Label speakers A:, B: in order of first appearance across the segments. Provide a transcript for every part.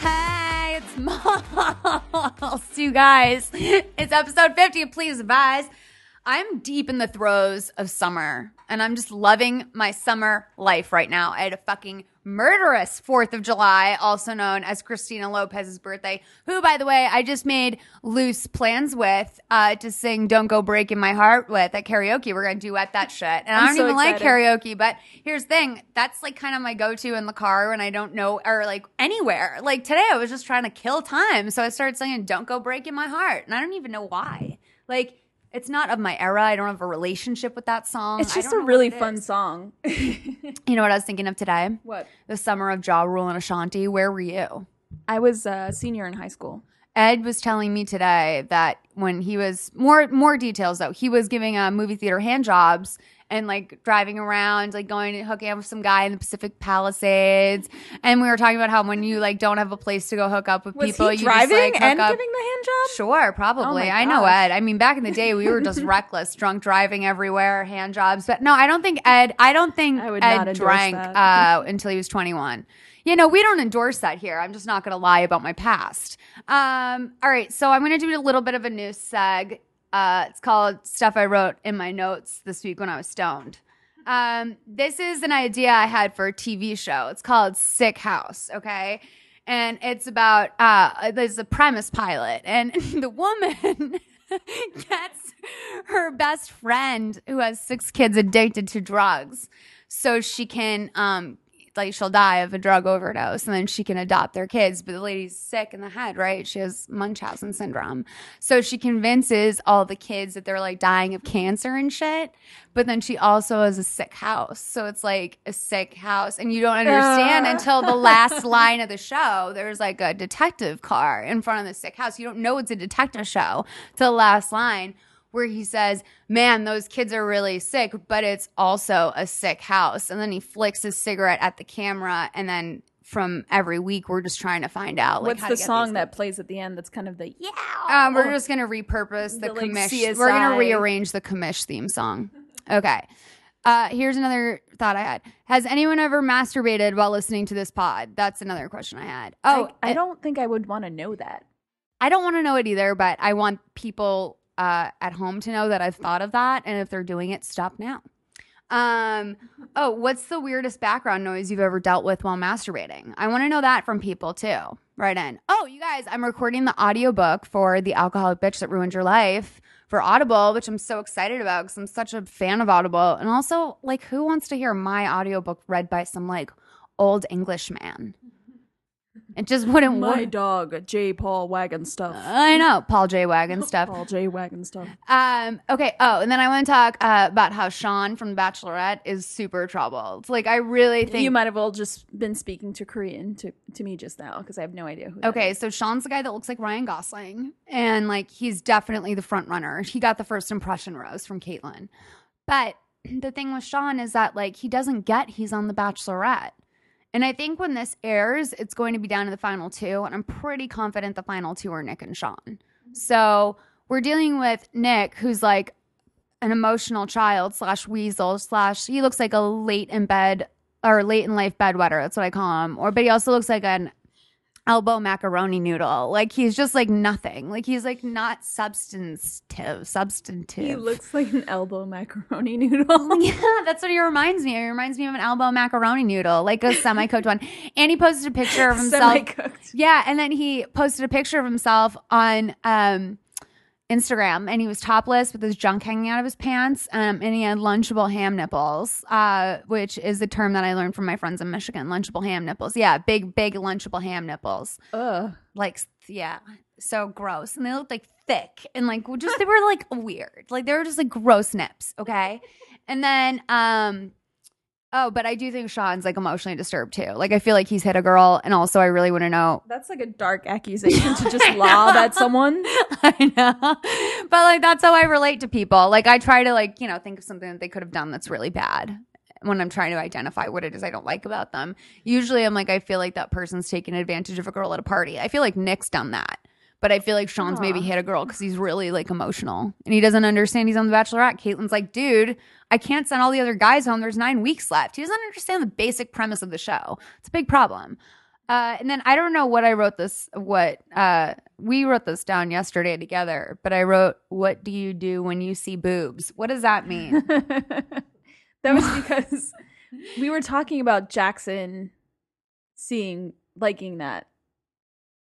A: Hey, it's Miles. You guys, it's episode 50 of Please Advise. I'm deep in the throes of summer and I'm just loving my summer life right now. I had a fucking murderous 4th of July, also known as Christina Lopez's birthday, who, by the way, I just made loose plans with uh, to sing Don't Go Breaking My Heart with at karaoke. We're going to duet that shit. And I don't
B: so
A: even like
B: excited.
A: karaoke karaoke. But here's the thing that's like kind of my go to in the car when I don't know or like anywhere. Like today, I was just trying to kill time. So I started singing Don't Go Breaking My Heart. And I don't even know why. Like, it's not of my era. I don't have a relationship with that song.
B: It's
A: I
B: just
A: don't
B: a
A: know what
B: really
A: it
B: fun
A: is.
B: song.
A: You know what I was thinking of today?
B: what?
A: The summer of Ja Rule and Ashanti. Where were you?
B: I was a senior in high school.
A: Ed was telling me today that when he was more more details though, he was giving uh, movie theater hand jobs and like driving around, like going and hooking up with some guy in the Pacific Palisades. And we were talking about how when you like don't have a place to go hook up with
B: Was
A: people,
B: he
A: you
B: driving
A: just like hook
B: and
A: up.
B: giving the hand job?
A: Sure, probably.
B: Oh my
A: I know
B: gosh.
A: Ed. I mean, back in the day, we were just reckless, drunk driving everywhere, hand jobs. But no, I don't think Ed. I don't think
B: I would
A: Ed
B: not endorse
A: drank
B: that.
A: uh, until he was twenty-one. You know, we don't endorse that here. I'm just not going to lie about my past. Um, all right, so I'm going to do a little bit of a new seg. Uh, it's called stuff I wrote in my notes this week when I was stoned. Um, this is an idea I had for a TV show. It's called Sick House, okay? And it's about uh there's a premise pilot and the woman gets her best friend who has six kids addicted to drugs so she can um like she'll die of a drug overdose and then she can adopt their kids but the lady's sick in the head right she has munchausen syndrome so she convinces all the kids that they're like dying of cancer and shit but then she also has a sick house so it's like a sick house and you don't understand until the last line of the show there's like a detective car in front of the sick house you don't know it's a detective show till the last line where he says, Man, those kids are really sick, but it's also a sick house. And then he flicks his cigarette at the camera. And then from every week, we're just trying to find out. Like,
B: What's
A: how
B: the
A: to get
B: song
A: these-
B: that plays at the end that's kind of the yeah?
A: Um, we're just going to repurpose the,
B: The, like,
A: commish. We're going to
B: CSI.
A: rearrange the commish theme song. Okay. Uh, here's another thought I had. Has anyone ever masturbated while listening to this pod? That's another question I had. Oh,
B: Oh, I, don't think I would want to know that.
A: I don't want to know it either, but I want people uh, at home to know that I've thought of that. And if they're doing it, stop now. Um, oh, what's the weirdest background noise you've ever dealt with while masturbating? I want to know that from people too. Right in. Oh, you guys, I'm recording the audiobook for The Alcoholic Bitch That Ruined Your Life for Audible, which I'm so excited about because I'm such a fan of Audible. And also, like, who wants to hear my audiobook read by some like old English man? It just wouldn't
B: My
A: work.
B: dog, J. Paul Wagon stuff.
A: I know, Paul J. Wagon stuff.
B: Paul J. Wagon stuff.
A: Um, okay. Oh, and then I want to talk uh, about how Sean from The Bachelorette is super troubled. Like, I really think.
B: you might have all just been speaking to Korean to, to me just now because I have no idea who. that
A: Okay,
B: is.
A: so Sean's the guy that looks like Ryan Gosling, and like he's definitely the front runner. He got the first impression rose from Caitlyn. But the thing with Sean is that like he doesn't get he's on The Bachelorette. And I think when this airs, it's going to be down to the final two. And I'm pretty confident the final two are Nick and Sean.
B: Mm-hmm.
A: So we're dealing with Nick, who's like an emotional child slash weasel slash he looks like a late in bed or late in life bedwetter. That's what I call him. Or but he also looks like an elbow macaroni noodle. Like he's just like nothing. Like he's like not substantive. Substantive.
B: he looks like an elbow macaroni noodle.
A: Yeah, that's what he reminds me. of. He reminds me of an elbow macaroni noodle, like a semi-cooked one. And he posted a picture of himself.
B: Semi-cooked.
A: Yeah, and then he posted a picture of himself on um, Instagram, and he was topless with his junk hanging out of his pants, um, and he had lunchable ham nipples, uh, which is the term that I learned from my friends in Michigan. Lunchable ham nipples. Yeah, big, big lunchable ham nipples.
B: Ugh.
A: Like, yeah, so gross, and they looked like thick, and like just they were like weird. Like they were just like gross nips. Okay, and then um. Oh, but I do think Sean's like emotionally disturbed too. Like I feel like he's hit a girl, and also I really want to know
B: That's like a dark accusation to just lob at someone.
A: I know. But like that's how I relate to people. Like I try to like, you know, think of something that they could have done that's really bad when I'm trying to identify what it is I don't like about them. Usually I'm like I feel like that person's taking advantage of a girl at a party. I feel like Nick's done that. But I feel like Sean's maybe hit a girl because he's really like emotional and he doesn't understand he's on the Bachelorette. Caitlin's like, dude, I can't send all the other guys home. There's nine weeks left. He doesn't understand the basic premise of the show. It's a big problem. Uh, and then I don't know what I wrote this. What uh, we wrote this down yesterday together, but I wrote, "What do you do when you see boobs?" What does that mean?
B: that was because we were talking about Jackson seeing liking that.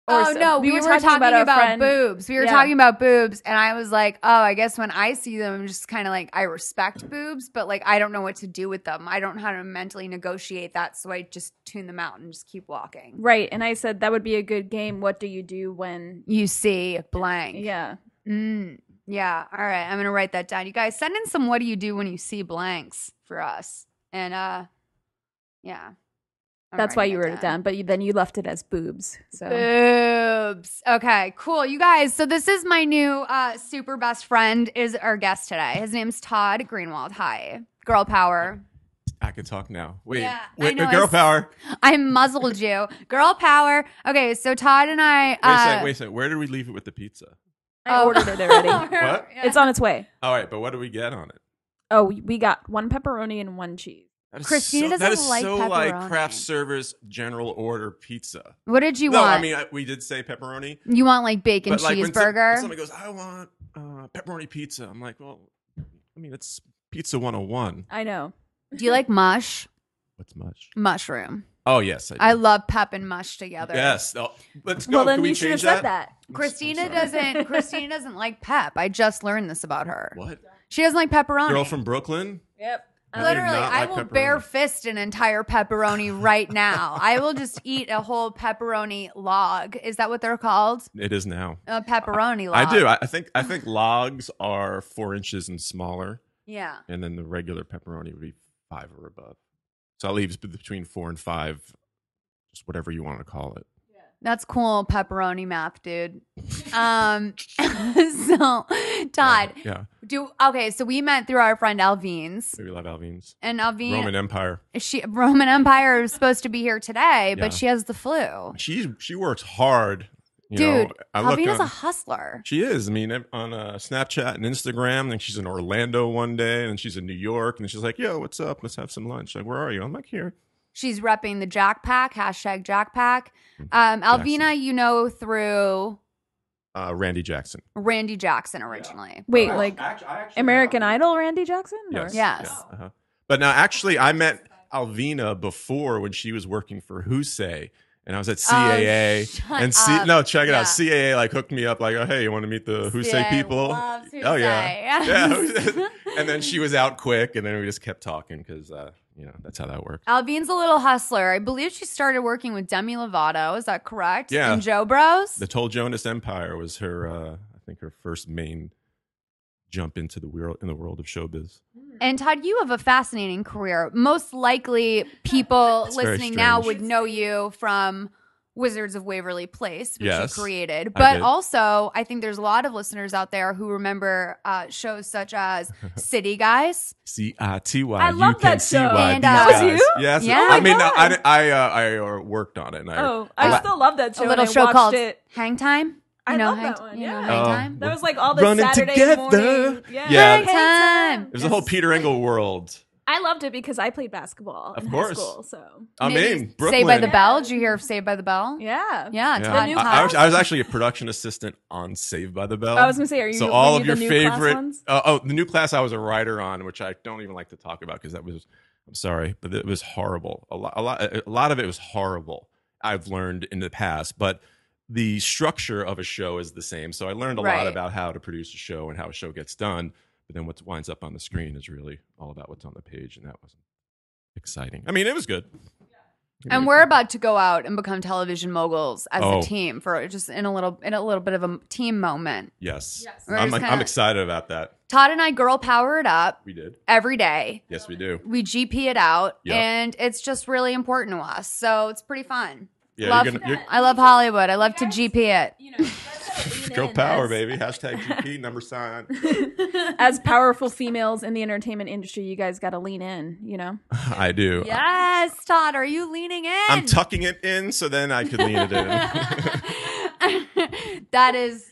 B: Or
A: oh
B: so-
A: no, we, were, talking about,
B: our friend-
A: boobs. We were
B: Yeah.
A: talking about boobs, and I was like, "Oh, I guess when I see them, I'm just kind of like I respect boobs, but like I don't know what to do with them. I don't know how to mentally negotiate that, so I just tune them out and just keep walking."
B: Right, and I said that would be a good game. What do you do when?
A: You see blank.
B: Yeah,
A: Mm, yeah. All right. I'm going to write that down. You guys send in some what do you do when you see blanks for us. And uh yeah. I'm
B: that's why
A: writing
B: you wrote it down. But you, then you left it as boobs. So
A: Boobs. Okay, cool. You guys, so this is my new uh super best friend is our guest today. His name's Todd Greenwald. Hi. Girl power.
C: I can talk now. Wait,
A: Yeah, I
C: wait,
A: know,
C: wait, girl
A: it's-
C: power.
A: I muzzled you. Girl power. Okay, so Todd and I
C: Wait a
A: uh,
C: sec, wait a sec. Where did we leave it with the pizza?
B: I
A: oh.
B: ordered it already.
C: What?
B: it's on its way.
C: All right, but what do we get on it?
B: Oh, we got one pepperoni and one cheese.
C: That is
A: Christina
C: so, that
A: doesn't
C: is
A: like
C: so like craft
A: pepperoni.
C: service general order pizza.
A: What did you
C: no,
A: want?
C: I mean I, we did say pepperoni,
A: you want like bacon
C: but like when some-
A: cheeseburger?
C: when somebody goes, "I want uh, pepperoni pizza," I'm like, "Well, I mean, it's pizza 101.
B: I know.
A: do you like mush?
C: What's much?
A: Mushroom.
C: Oh yes, I, do.
A: I love pep and mush together.
C: yes. Oh, let's go.
B: well, then
C: can we
B: you should have
C: change
B: said
C: that?
B: that.
C: I'm s- I'm
A: Christina
C: sorry.
A: doesn't Christina doesn't like pep. I just learned this about her.
C: What?
A: She doesn't like pepperoni.
C: Girl from Brooklyn.
B: Yep.
C: do
A: Literally,
C: not
A: I
C: like
A: will
C: pepperoni.
A: bare fist an entire pepperoni right now. I will just eat a whole pepperoni log. Is that what they're called?
C: It is now.
A: A pepperoni log.
C: I do. I, I think I think logs are four inches and smaller.
A: yeah.
C: and then the regular pepperoni would be five or above. So that leaves be- between four and five, just whatever you want to call it.
A: That's cool pepperoni math, dude. Um so Todd,
C: Yeah,
A: do okay, so we met through our friend Alvine's.
C: maybe love Alvin's
A: And Alvine
C: Roman Empire.
A: she Roman Empire is supposed to be here today,
C: Yeah.
A: but she has the flu.
C: She she works hard. You
A: Dude,
C: know, I look
A: Alvina's a
C: on-
A: hustler.
C: she is. I mean, ev- on uh, Snapchat and Instagram, and she's in Orlando one day, and then she's in New York, and she's like, "Yo, what's up? Let's have some lunch." Like, where are you? I'm like here.
A: She's repping the Jack Pack, hashtag Jack Pack.
C: Mm-hmm.
A: Um, Alvina, you know through
C: Uh, Randy Jackson.
A: Randy Jackson originally.
B: Wait, like American Idol, Randy Jackson? Or-
C: Yes.
A: Yes.
C: Yeah, uh-huh. But now, actually, I met Alvina before when she was working for Husey. And I was at CAA
A: Oh, shut
C: and C-
A: up.
C: no, check it
A: Yeah.
C: out. CAA like hooked me up like, oh hey, you want to meet the Husey
A: CAA
C: people?
A: loves
C: Oh yeah,
A: Husey.
C: yeah. Husey. and then she was out quick, and then we just kept talking because uh, you know that's how that works.
A: Alvine's a little hustler. I believe she started working with Demi Lovato. Is that correct?
C: Yeah.
A: And Joe Bros.
C: The Toll Jonas Empire was her, uh, I think, her first main jump into the world in the world of showbiz.
A: and Todd, you have a fascinating career. Most likely, people
C: very
A: listening now
C: strange.
A: would know you from Wizards of Waverly Place, which
C: Yes,
A: you created.
C: I
A: But
C: did.
A: also, I think there's a lot of listeners out there who remember uh, shows such as City Guys.
C: C I uh, T Y.
B: I love
C: you
B: that
C: can see
B: show.
C: why
A: And,
C: these
A: uh, That
B: was
C: guys-
B: you?
C: Yes.
A: Yeah. Oh my
C: I mean, no,
B: God.
C: I, di- I, uh, I uh, worked on it. And I,
B: Oh, I
C: li-
B: still love that show.
A: a little
B: and I
A: show
B: watched
A: called
B: it.
A: Hang Time.
B: I
A: You know,
B: love
A: Hang,
B: that one,
A: You know
B: yeah.
A: Hang
C: Oh.
A: Time?
B: That was like all the
C: Running
B: Saturday
C: together.
B: morning. Yeah.
C: Yeah.
A: Hang Time.
C: it was the whole Peter Engel world.
B: I loved it because I played basketball
C: Of
B: in
C: course.
B: high school. So
C: I
A: Maybe
C: mean, Brooklyn.
A: Saved by the Bell. Did you hear of Saved by the Bell?
B: yeah,
A: Yeah,
C: Yeah.
A: Todd.
B: new
A: Todd.
C: I, I was, I was actually a production assistant on Saved by the Bell.
B: Oh, I was gonna say, are you
C: so
B: were
C: all
B: you
C: of
B: the
C: your
B: new class
C: favorite.
B: ones?
C: Uh, oh, the new class I was a writer on, which I don't even like to talk about because that was. I'm sorry, but it was horrible. A lot, a lot, a lot of it was horrible. I've learned in the past, but the structure of a show is the same. So I learned a
A: Right.
C: lot about how to produce a show and how a show gets done. But then what winds up on the screen is really all about what's on the page, and that wasn't exciting. I mean, it was good.
A: and we're about to go out and become television moguls as
C: Oh.
A: a team for just in a little in a little bit of a team moment.
C: yes,
A: We're
C: I'm,
A: just
C: I'm
A: kinda-
C: excited about that.
A: Todd and I girl power it up
C: We did.
A: every day.
C: Yes, we do.
A: We GP it out,
C: Yep.
A: and it's just really important to us. So it's pretty fun.
C: Yeah,
A: love,
C: you're gonna, you're,
A: I love Hollywood. I love to GP it.
B: You know, that's
C: Girl power, baby. Hashtag GP number sign.
B: As powerful females in the entertainment industry, you guys got to lean in. You know,
C: I do.
A: Yes, Todd, are you leaning in?
C: I'm tucking it in so then I could lean it in.
A: that is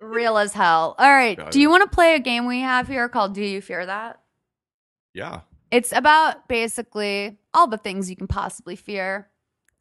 A: real as hell. All right.
C: Got
A: Do
C: it.
A: you want to play a game we have here called Do You Fear That?
C: yeah.
A: It's about basically all the things you can possibly fear.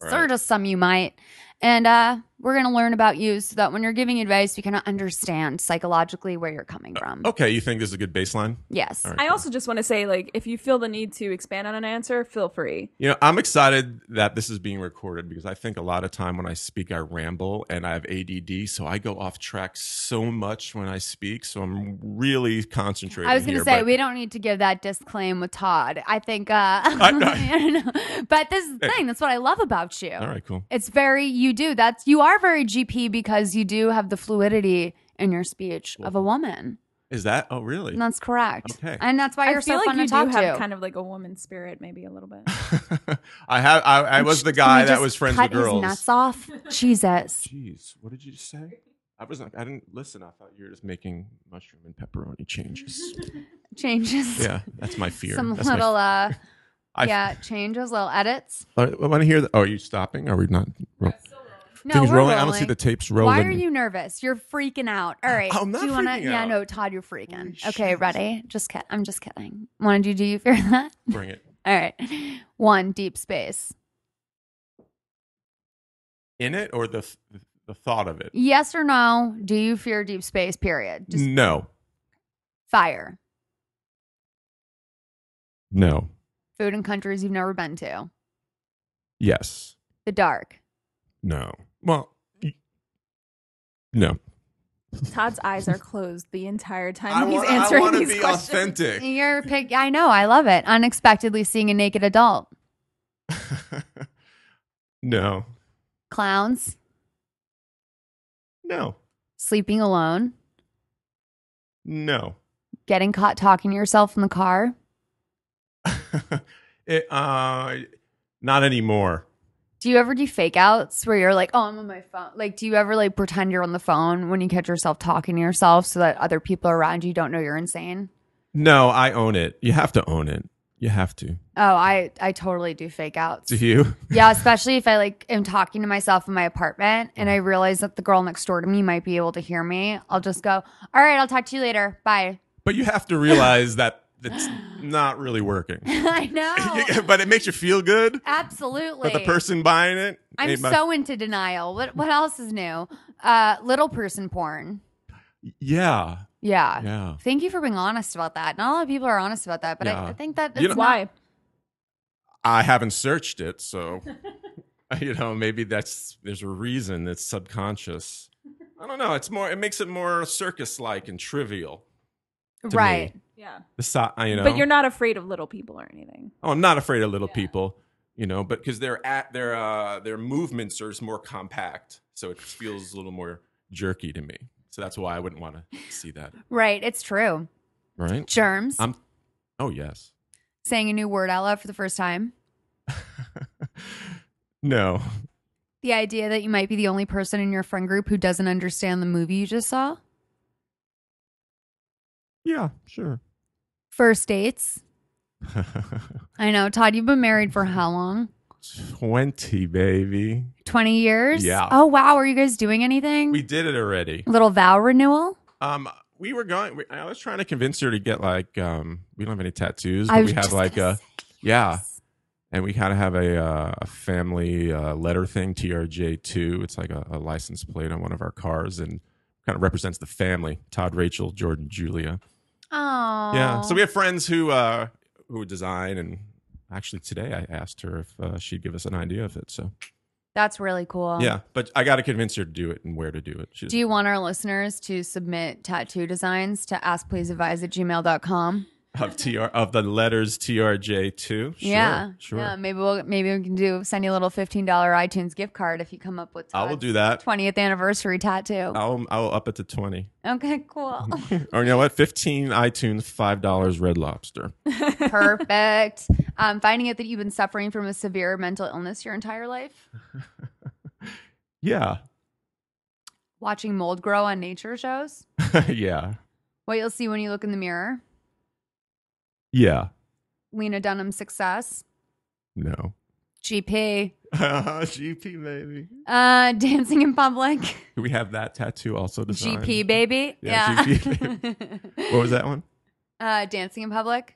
C: All
A: Sort
C: right.
A: of some you might. And uh, we're going to learn about you so that when you're giving advice, you can understand psychologically where you're coming from.
C: Oh, Okay, you think this is a good baseline?
A: Yes.
C: All right.
B: I also just want to say, like, if you feel the need to expand on an answer, feel free.
C: You know, I'm excited that this is being recorded because I think a lot of time when I speak, I ramble and I have ADD, so I go off track so much when I speak. So I'm really concentrating.
A: I was going
C: here,
A: to say,
C: but-
A: we don't need to give that disclaim with Todd. I think, uh,
C: I-
A: but this is the thing. That's what I love about you.
C: All right, cool.
A: It's very you do. That's you are very GP because you do have the fluidity in your speech of a woman.
C: Is that? Oh, really?
A: And that's correct.
C: Okay.
A: And that's why
B: I
A: you're
B: feel
A: so
B: like
A: fun
B: you
A: to talk
B: do
A: to.
B: have kind of like a woman's spirit, maybe a little bit.
C: I have. I, I was the
A: Can we
C: guy that
A: just
C: was friends
A: cut
C: with girls.
A: His nuts off. Jesus.
C: Jeez, what did you just say? I wasn't. I didn't listen. I thought you were just making mushroom and pepperoni changes.
A: Changes.
C: yeah, that's my fear.
A: Some
C: That's my-
A: little uh
C: I-
A: yeah, changes, little edits.
C: All right, I want to hear. The, oh, are you stopping? Are we not? ro-
A: No,
C: Things
A: we're
C: rolling. I don't see the tapes rolling.
A: Why are you nervous? You're freaking out. All right.
C: I'm not
A: do you wanna
C: freaking
A: Yeah,
C: out.
A: no, Todd, you're freaking.
C: Holy
A: okay,
C: shit.
A: ready? Just kidding. I'm just kidding. Wanted you to do you fear that?
C: Bring it
A: All right. One deep space.
C: in it or the th- the thought of it.
A: Yes or no? Do you fear deep space? Period. Just
C: no,
A: fire.
C: no,
A: Food in countries you've never been to.
C: yes,
A: The dark.
C: no. Well, y- no.
B: Todd's eyes are closed the entire time
C: I
B: he's
C: want. I
B: answering
C: want to
B: these
C: be
B: questions.
C: authentic.
A: Your pick. I know. I love it. Unexpectedly seeing a naked adult.
C: no,
A: Clowns.
C: no,
A: Sleeping alone.
C: no.
A: Getting caught talking to yourself in the car.
C: it, uh, not anymore.
A: Do you ever do fake outs where you're like, oh, I'm on my phone? Like, do you ever like pretend you're on the phone when you catch yourself talking to yourself so that other people around you don't know you're insane?
C: No, I own it. You have to own it. You have to.
A: Oh, I I totally do fake outs.
C: Do you?
A: Yeah, especially if I like am talking to myself in my apartment and I realize that the girl next door to me might be able to hear me. I'll just go, "All right, I'll talk to you later. Bye."
C: But you have to realize that it's not really working.
A: I know.
C: but it makes you feel good.
A: Absolutely.
C: But the person buying it,
A: I'm
C: ain't buy-
A: so into denial. What what else is new? Uh little person porn.
C: Yeah.
A: Yeah.
C: Yeah.
A: Thank you for being honest about that. Not a lot of people are honest about that, but
C: Yeah.
A: I, I think that
C: You
A: it's
C: know-
A: not-
B: Why?
C: I haven't searched it, so you know, maybe that's there's a reason it's subconscious. I don't know. It's more. It makes it more circus-like and trivial. to me.
A: right.
B: Yeah.
C: The si- I- you know.
B: But you're not afraid of little people or anything.
C: Oh, I'm not afraid of little
B: Yeah.
C: people. You know, but because their at their uh, their movements are more compact, so it feels a little more jerky to me. So that's why I wouldn't want to see that.
A: Right. It's true.
C: Right?
A: Germs.
C: I'm. Oh yes.
A: saying a new word out loud for the first time.
C: no.
A: The idea that you might be the only person in your friend group who doesn't understand the movie you just saw.
C: Yeah. Sure.
A: First dates. I know, Todd, you've been married for how long?
C: Twenty, baby.
A: 20 years?
C: Yeah.
A: Oh, wow. Are you guys doing anything?
C: We did it already.
A: Little vow renewal?
C: Um, we were going. We, I was trying to convince her to get like. Um, we don't have any tattoos,
A: I
C: but
A: was
C: we have
A: just
C: like
A: gonna
C: a
A: say
C: yeah,
A: yes.
C: and we kind of have a uh, a family uh, letter thing, TRJ two. It's like a, a license plate on one of our cars, and kind of represents the family: Todd, Rachel, Jordan, Julia.
A: Oh.
C: Yeah. So we have friends who uh who design, and actually today I asked her if uh, she'd give us an idea of it. So
A: That's really cool.
C: yeah, but I got to convince her to do it and where to do it. She
A: Do you want our listeners to submit tattoo designs to askpleaseadvise at gmail.com?
C: of tr of the letters TRJ two. Sure,
A: yeah.
C: Sure.
A: Yeah. Maybe we'll maybe we can do send you a little fifteen dollar iTunes gift card if you come up with
C: I will
A: Todd's
C: do Oh. that.
A: 20th anniversary tattoo.
C: I'll I'll up it to twenty.
A: Okay, cool.
C: or you know what? Fifteen iTunes, five dollars Red Lobster.
A: Perfect. Um, finding out that you've been suffering from a severe mental illness your entire life,
C: Yeah,
A: watching mold grow on nature shows,
C: yeah,
A: what you'll see when you look in the mirror,
C: yeah.
A: Lena Dunham's success,
C: No.
A: GP,
C: GP baby.
A: uh, dancing in public,
C: We have that tattoo also designed.
A: GP baby.
C: Yeah, GP What was that one?
A: Uh, dancing in public.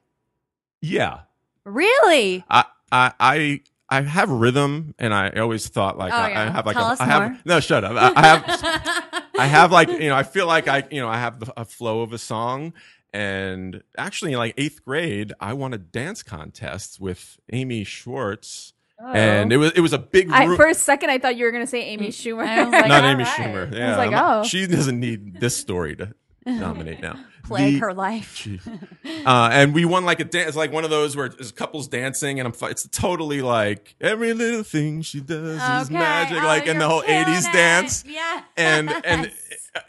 C: Yeah,
A: Really?
C: I I. I I have rhythm, and I always thought like
A: Oh,
C: I,
A: yeah.
C: I have like
A: Tell
C: a,
A: us
C: I have
A: more.
C: no shut up. I, I have I have like you know I feel like I you know I have the, a flow of a song and actually in like eighth grade I won a dance contest with Amy Schwartz
A: Oh.
C: and it was it was a big
B: I,
C: room-
B: for a second, I thought you were going to say Amy Schumer.
A: Mm, I was like,
C: not
A: all
C: Amy
A: right.
C: Schumer
B: I
C: yeah
B: was like,
C: I'm-
B: oh.
C: she doesn't need this story to dominate now
A: Plague
C: The-
A: her life.
C: she- uh, and we won like a dance like one of those where there's couples dancing and I'm fi- it's totally like every little thing she does is
A: Okay.
C: magic
A: Oh,
C: like in the
A: you're
C: whole
A: killing
C: 80s
A: it.
C: dance
A: Yeah.
C: and and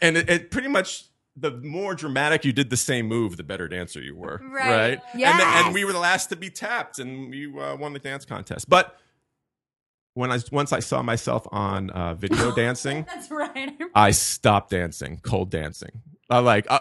C: and it, it pretty much the more dramatic you did the same move, the better dancer you were.
A: Right.
C: Right. And, the- and we were the last to be tapped, and we uh, won the dance contest. But when I once I saw myself on uh, video dancing,
A: That's right.
C: I stopped dancing, cold dancing. I like. Uh,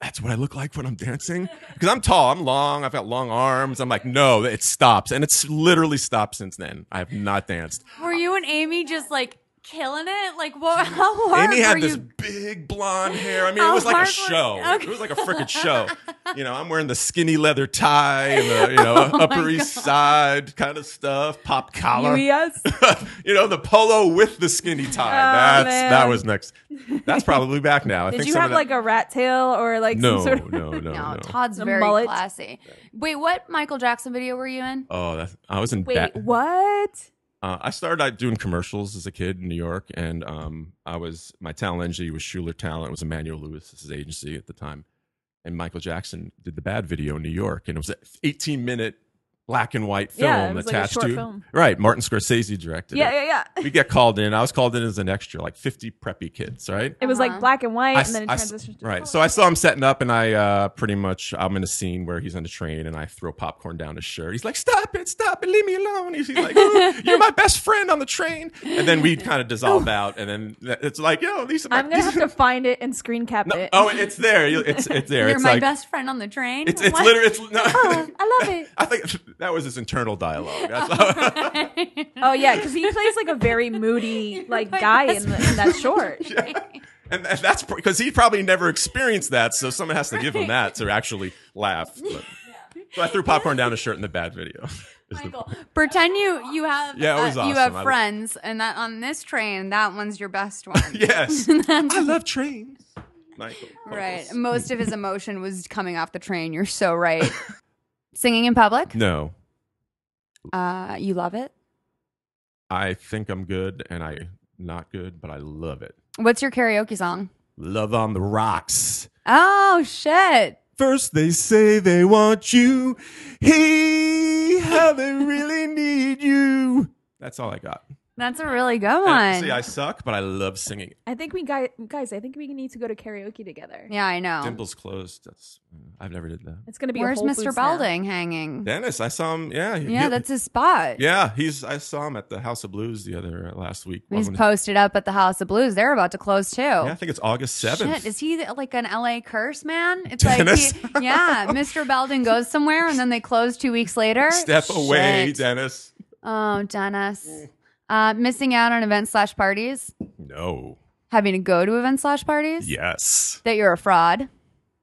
C: that's what I look like when I'm dancing because I'm tall, I'm long, I've got long arms. I'm like, no, it stops, and it's literally stopped since then. I have not danced.
A: Were you and Amy just like killing it? Like what? How hard
C: Amy had
A: were
C: this
A: you?
C: big blonde hair. I mean,
A: How
C: it was like a
A: hard was-
C: show.
A: Okay.
C: It was like a freaking show. You know, I'm wearing the skinny leather tie and the you know
B: Oh
C: Upper East Side kind of stuff, pop collar.
B: yes.
C: you know, the polo with the skinny tie.
B: Oh,
C: That's
B: man.
C: that was next. That's probably back now. I
B: Did
C: think
B: you
C: some
B: have
C: of
B: like a rat tail or like
C: that- no,
B: some sort of?
C: no, no, no,
A: No, Todd's
B: The
A: very
B: mullet.
A: classy. Wait, what Michael Jackson video were you in?
C: Oh, that's, I was in.
B: Wait,
C: Bat-
B: what?
C: Uh, I started out doing commercials as a kid in New York, and um, I was my talent agency was Schuler Talent. It was Emmanuel Lewis's agency at the time, and Michael Jackson did the Bad video in New York, and it was an 18 minute black and white film
B: Yeah, it was like a
C: attached
B: short
C: to
B: film.
C: right. Martin Scorsese directed
B: Yeah,
C: it.
B: yeah, yeah.
C: We get called in. I was called in as an extra, like 50 preppy kids, right?
B: It was
A: Uh-huh.
B: like black and white,
C: I
B: and then it
C: s- I s-
B: transitioned. to
C: Right.
B: color.
C: So I saw him setting up, and I uh, pretty much I'm in a scene where he's on the train, and I throw popcorn down his shirt. He's like, "Stop it! Stop it! Leave me alone!" He's, he's like, "Ooh, "You're my best friend on the train." And then we kind of dissolve out, and then that- it's like, "Yo, these are my."
B: I'm gonna have to find it and screen cap
C: No,
B: it.
C: oh, it's there. You- It's it's there.
A: You're
C: it's
A: my
C: like
A: best friend on the train.
C: it's it's
A: What?
C: literally it's no,
A: Oh, I love it.
C: I think that was his internal dialogue. That's how,
B: Oh yeah, because he plays like a very moody like
A: my
B: guy
A: best
B: in, the, in that short.
C: and that- that's because he probably never experienced that, so someone has to give him that to actually laugh. But, so I threw popcorn down his shirt in the bad video. Is the-
A: Michael, pretend you you have
C: Yeah, it was
A: uh, you
C: awesome. I
A: have
C: lo-
A: friends, and that on this train, that one's your best one.
C: Yes. I love trains. Michael.
A: Right.
C: Kors.
A: Most of his emotion was coming off the train. You're so right. Singing in public?
C: No,
A: Uh, you love it?
C: I think I'm good, and I not good, but I love it.
A: What's your karaoke song?
C: Love on the rocks.
A: Oh, shit.
C: First they say they want you. Hey, how they really need you. That's all I got.
A: That's a really good
C: And
A: one.
C: See, I suck, but I love singing.
B: I think we guys, guys, I think we need to go to karaoke together.
A: yeah, I know.
C: Dimples closed. That's mm, I've never did
A: Hmm.
C: that.
B: It's gonna be. a
A: Where's
B: Whole
A: Mr.
B: Foods now.
A: Belding hanging?
C: Dennis, I saw him. Yeah, he-
A: yeah,
C: he-
A: that's his spot.
C: yeah. He's I saw him at the House of Blues the other uh, last week.
A: He's
C: When-
A: posted up at the House of Blues. They're about to close too.
C: yeah, I think it's August seventh.
A: Shit, is he like an LA curse man? It's
C: Dennis?
A: like, he, yeah, Mr. Belden goes somewhere and then they close two weeks later.
C: Step away,
A: Shit.
C: Dennis.
A: Oh, Dennis. Uh, missing out on events slash parties,
C: No.
A: having to go to events slash parties,
C: Yes.
A: that you're a fraud.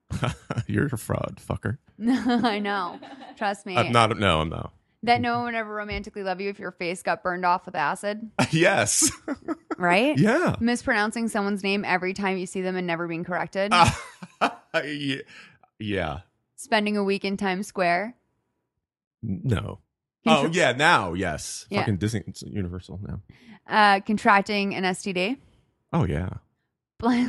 C: You're a fraud, fucker.
A: I know. Trust me.
C: I'm not. No, I'm not.
A: That
C: Mm-hmm.
A: no one would ever romantically love you if your face got burned off with acid,
C: yes.
A: right?
C: yeah.
A: Mispronouncing someone's name every time you see them and never being corrected.
C: Ah.
A: Hmm.
C: yeah. Yeah.
A: Spending a week in Times Square.
C: No. Oh yeah. Now yes.
A: Yeah.
C: Fucking Disney. It's Universal now.
A: Uh, contracting an STD.
C: Oh yeah.
A: Like,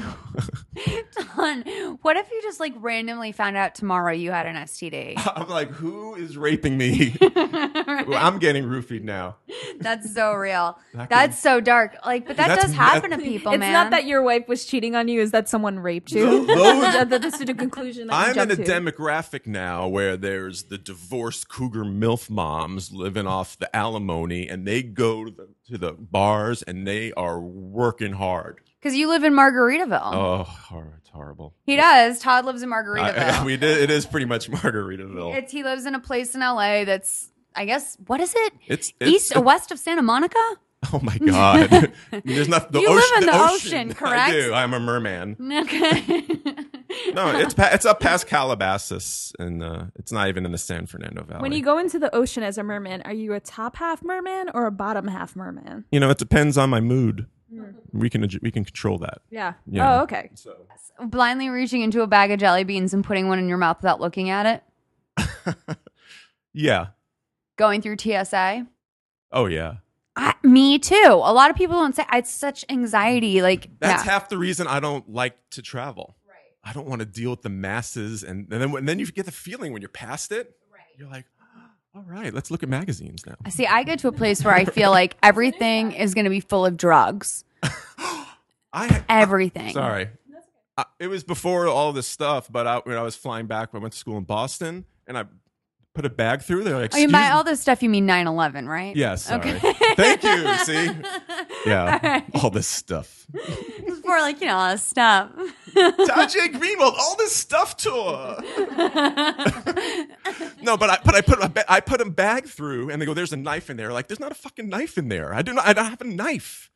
A: Don, what if you just like randomly found out tomorrow you had an STD?
C: I'm like, who is raping me? Well, I'm getting roofied now.
A: That's so real.
C: That
A: That's so dark. Like, but that
C: That's
A: does
C: meth-
A: happen to people,
B: It's
A: man.
B: not that your wife was cheating on you; is that someone raped
C: Th-
B: you?
C: those-
B: That's the conclusion. That
C: I'm in
B: to.
C: a demographic now where there's the divorced cougar milf moms living off the alimony, and they go to the, to the bars and they are working hard.
A: because you live in Margaritaville.
C: Oh, Uh, hor- it's horrible.
A: He does. Todd lives in
C: I- I-
A: Margaritaville.
C: we did, it is pretty much Margaritaville.
A: it's he lives in a place in LA that's I guess what is it?
C: It's, it's
A: East or west of Santa Monica?
C: Oh my god! There's not the
A: You
C: ocean.
A: live in the ocean,
C: I
A: correct?
C: do. I'm a merman.
A: Okay.
C: No, it's pa- it's up past Calabasas, and uh, it's not even in the San Fernando Valley.
B: When you go into the ocean as a merman, are you a top half merman or a bottom half merman?
C: you know, it depends on my mood.
A: Hmm.
C: We can adj- we can control that.
B: Yeah.
C: Yeah.
B: Oh, okay.
C: So
A: Blindly reaching into a bag of jelly beans and putting one in your mouth without looking at it.
C: yeah.
A: Going through TSA.
C: Oh yeah.
A: I, me too. A lot of people don't say it's such anxiety. Like
C: That's
A: yeah.
C: half the reason I don't like to travel. Right. I don't want to deal with the masses, and, and then and then you get the feeling when you're past it. Right. You're like, "Ah, all right, let's look at magazines now.
A: See, I get to a place where I feel like everything is going to be full of drugs.
C: I
A: Everything.
C: Sorry. I, it was before all this stuff, but I, when I was flying back, I went to school in Boston and I put a bag through. They're like,
A: Oh, you
C: "Excuse
A: by
C: me."
A: all this stuff, you mean 9 11, right?
C: Yeah, sorry. Thank you. See? Yeah. All, this stuff.
A: It's more like, you know, all this stuff.
C: Tajay Greenwald, all this stuff tour. no, but I, but I put a ba- I put a bag through and they go, there's a knife in there. Like, there's not a fucking knife in there. I do not, I don't have a knife.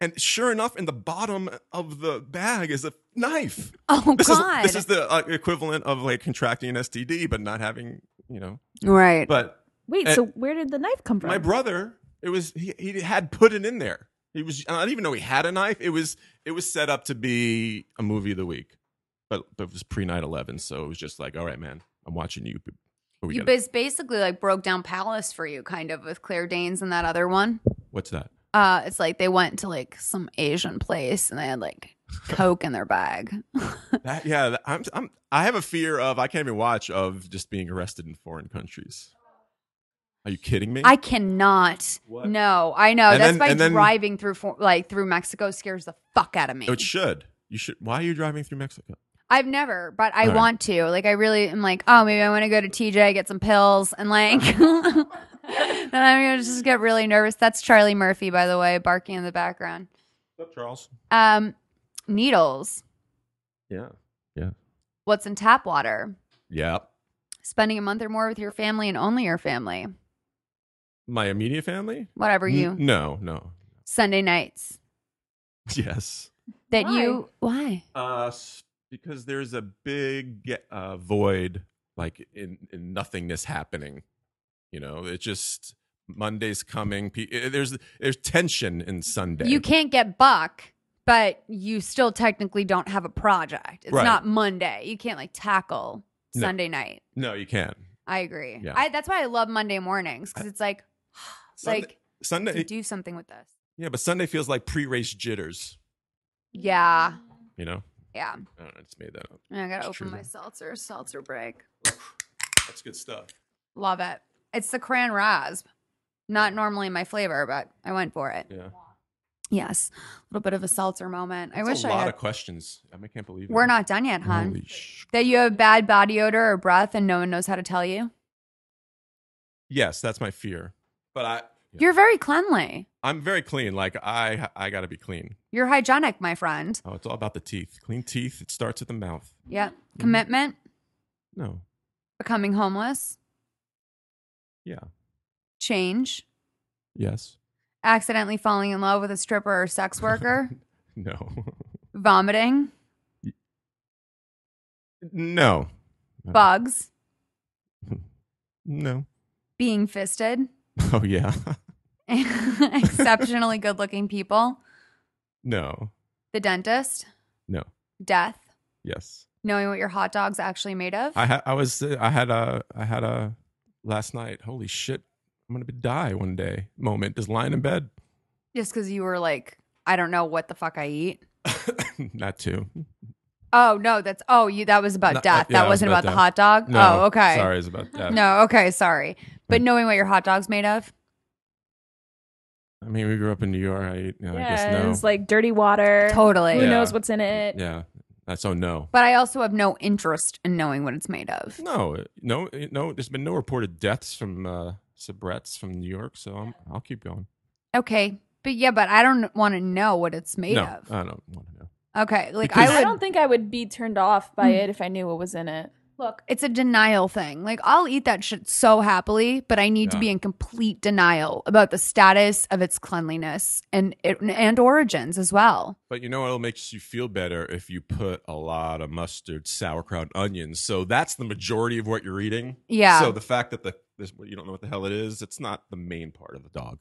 C: And sure enough, in the bottom of the bag is a knife.
A: Oh,
C: this
A: God.
C: is this is the uh, equivalent of like contracting an STD but not having you know.
A: right.
C: But
B: Wait,
C: Uh,
B: so where did the knife come from?
C: my brother, it was he, he had put it in there. He was I don't even know he had a knife. It was it was set up to be a movie of the week, but but it was pre 9-11, so it was just like all right, man, I'm watching you. but- But we
A: you
C: got
A: bas- basically like broke down Palace for you, kind of, with Claire Danes and that other one.
C: what's that?
A: Uh, it's like they went to like some Asian place and they had like Coke in their bag.
C: that yeah, that- I'm I'm I have a fear of I can't even watch of just being arrested in foreign countries. Are you kidding me?
A: I cannot. No, I know.
C: And
A: That's
C: then-
A: why
C: and then-
A: driving through for, like through Mexico scares the fuck out of me.
C: it should. You should. Why are you driving through Mexico?
A: I've never, but I
C: All right.
A: want to. Like, I really am like, oh, maybe I want to go to TJ, get some pills, and like, then I'm gonna just get really nervous. That's Charlie Murphy, by the way, barking in the background.
C: What's up, Charles?
A: Um, needles.
C: Yeah.
A: What's in tap water?
C: Yeah.
A: Spending a month or more with your family and only your family.
C: My immediate family?
A: Whatever you.
C: N- no, no.
A: Sunday nights
C: Yes.
A: that
B: Why?
A: you. Why?
C: Uh, s- because there's a big uh, void, like in, in nothingness happening. You know, it just Monday's coming. Pe- i- There's there's tension in Sunday.
A: You can't get buck but you still technically don't have a project. It's
C: Right.
A: not Monday. You can't like tackle
C: No.
A: Sunday night.
C: No, you can.
A: I agree.
C: Yeah.
A: I, that's why I love Monday mornings because it's like,
C: Sunday-
A: like
C: Sunday,
A: to do something with this.
C: yeah, but Sunday feels like pre-race jitters.
A: Yeah,
C: You know,
A: yeah.
C: I don't know, I just made that up.
A: And I gotta
C: It's
A: open
C: true.
A: my seltzer. Seltzer break.
C: That's good stuff.
A: Love it. It's the cran rasp. Not normally my flavor, but I went for it.
C: Yeah,
A: Yes, a little bit of a seltzer moment. I
C: That's
A: wish
C: a
A: I
C: lot
A: had.
C: of questions. I mean, I can't believe
A: We're
C: it.
A: not done yet, hon.
C: Holy sh-
A: that you have bad body odor or breath, and no one knows how to tell you.
C: yes, that's my fear. But I, yeah.
A: You're very cleanly.
C: I'm very clean. Like I, I gotta be clean.
A: You're hygienic, my friend.
C: Oh, it's all about the teeth. Clean teeth. It starts at the mouth.
A: Yep.
C: Mm-hmm.
A: Commitment,
C: No.
A: becoming homeless,
C: Yeah.
A: change,
C: Yes.
A: accidentally falling in love with a stripper or sex worker,
C: No.
A: vomiting,
C: no. No.
A: bugs,
C: No.
A: being fisted,
C: Oh yeah.
A: exceptionally good looking people,
C: no.
A: the dentist,
C: No.
A: death,
C: Yes.
A: knowing what your hot dog's actually made of.
C: I ha- I was uh, I had a I had a last night. Holy shit! I'm gonna be- die one day. Moment. Just lying in bed.
A: Just because you were like, I don't know what the fuck I eat.
C: Not too.
A: Oh no, that's oh you that was about
C: Not-
A: death.
C: uh, yeah,
A: that
C: it was
A: wasn't
C: about
A: about, the
C: death.
A: hot dog.
C: No.
A: oh, okay.
C: Sorry, it's about that.
A: No, okay, sorry. But
C: Mm.
A: knowing what your hot dog's made of?
C: I mean, we grew up in New York. Oh, I, you know, I
B: yeah,
C: guess
B: it's
C: no.
B: like dirty water.
A: Totally.
B: Who
C: Yeah.
B: knows what's in it?
C: yeah. That's oh no.
A: But I also have no interest in knowing what it's made of.
C: No, no, no. There's been no reported deaths from uh, subrettes from New York, so I'm, I'll keep going.
A: Okay. But yeah, but I don't want to know what it's made
C: no,
A: of.
C: I don't want to know.
A: Okay. Like
B: I
C: Because-
A: I would Hmm.
B: don't think I would be turned off by it if I knew what was in it.
A: look, it's a denial thing. Like I'll eat that shit so happily, but I need to
C: Yeah.
A: be in complete denial about the status of its cleanliness and and origins as well.
C: But you know what'll make you feel better if you put a lot of mustard, sauerkraut, and onions. So that's the majority of what you're eating.
A: Yeah.
C: So the fact that the this you don't know what the hell it is, it's not the main part of the dog.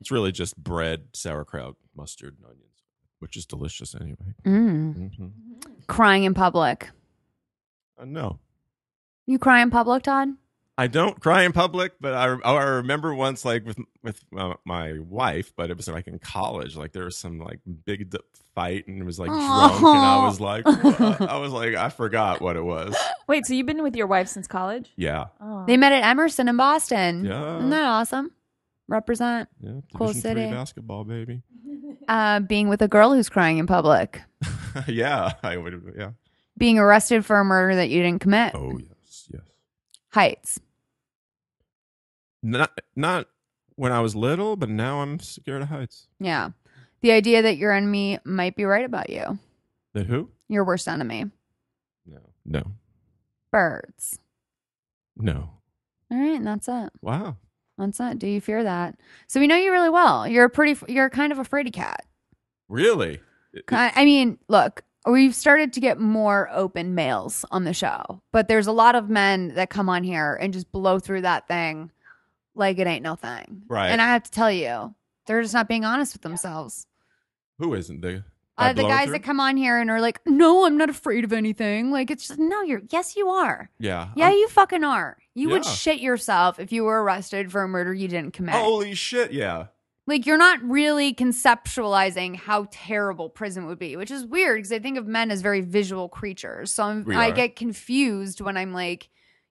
C: It's really just bread, sauerkraut, mustard, and onions, which is delicious anyway.
A: Mm.
C: hmm
A: Crying in public.
C: Uh, no,
A: You cry in public, Todd?
C: I don't cry in public, but I, oh, I remember once like with with uh, my wife, but it was like in college. Like there was some like big d- fight, and it was like drunk, and I was like, what? I was like, I forgot what it was.
B: Wait, so you've been with your wife since college?
C: Yeah,
B: Oh.
A: They met at Emerson in Boston.
C: Yeah.
A: Isn't that awesome? Represent
C: yeah.
A: Cool
C: Division three
A: city.
C: basketball, baby.
A: uh, being with a girl who's crying in public,
C: yeah, I would. Yeah.
A: being arrested for a murder that you didn't commit,
C: Oh yes, yes.
A: heights.
C: Not not when I was little, but now I'm scared of heights.
A: Yeah. The idea that your enemy might be right about you,
C: That who?
A: your worst enemy,
C: No, no,
A: birds.
C: no.
A: All right, and that's it.
C: Wow.
A: That's it. Do you fear that? So we know you really well. You're a pretty. You're kind of a fraidy cat.
C: Really?
A: I I mean, look, we've started to get more open males on the show, but there's a lot of men that come on here and just blow through that thing like it ain't no thing.
C: Right.
A: And I have to tell you, they're just not being honest with themselves.
C: Who isn't the?
A: Uh, the guys that come on here and are like, no, I'm not afraid of anything. Like, it's just, no, you're, yes, you are.
C: Yeah.
A: Yeah,
C: I'm-
A: you fucking are. You would
C: Uh-huh. Yeah.
A: shit yourself if you were arrested for a murder you didn't commit.
C: Holy shit! Yeah.
A: Like you're not really conceptualizing how terrible prison would be, which is weird because I think of men as very visual creatures. So I'm,
C: We
A: I
C: are.
A: get confused when I'm like,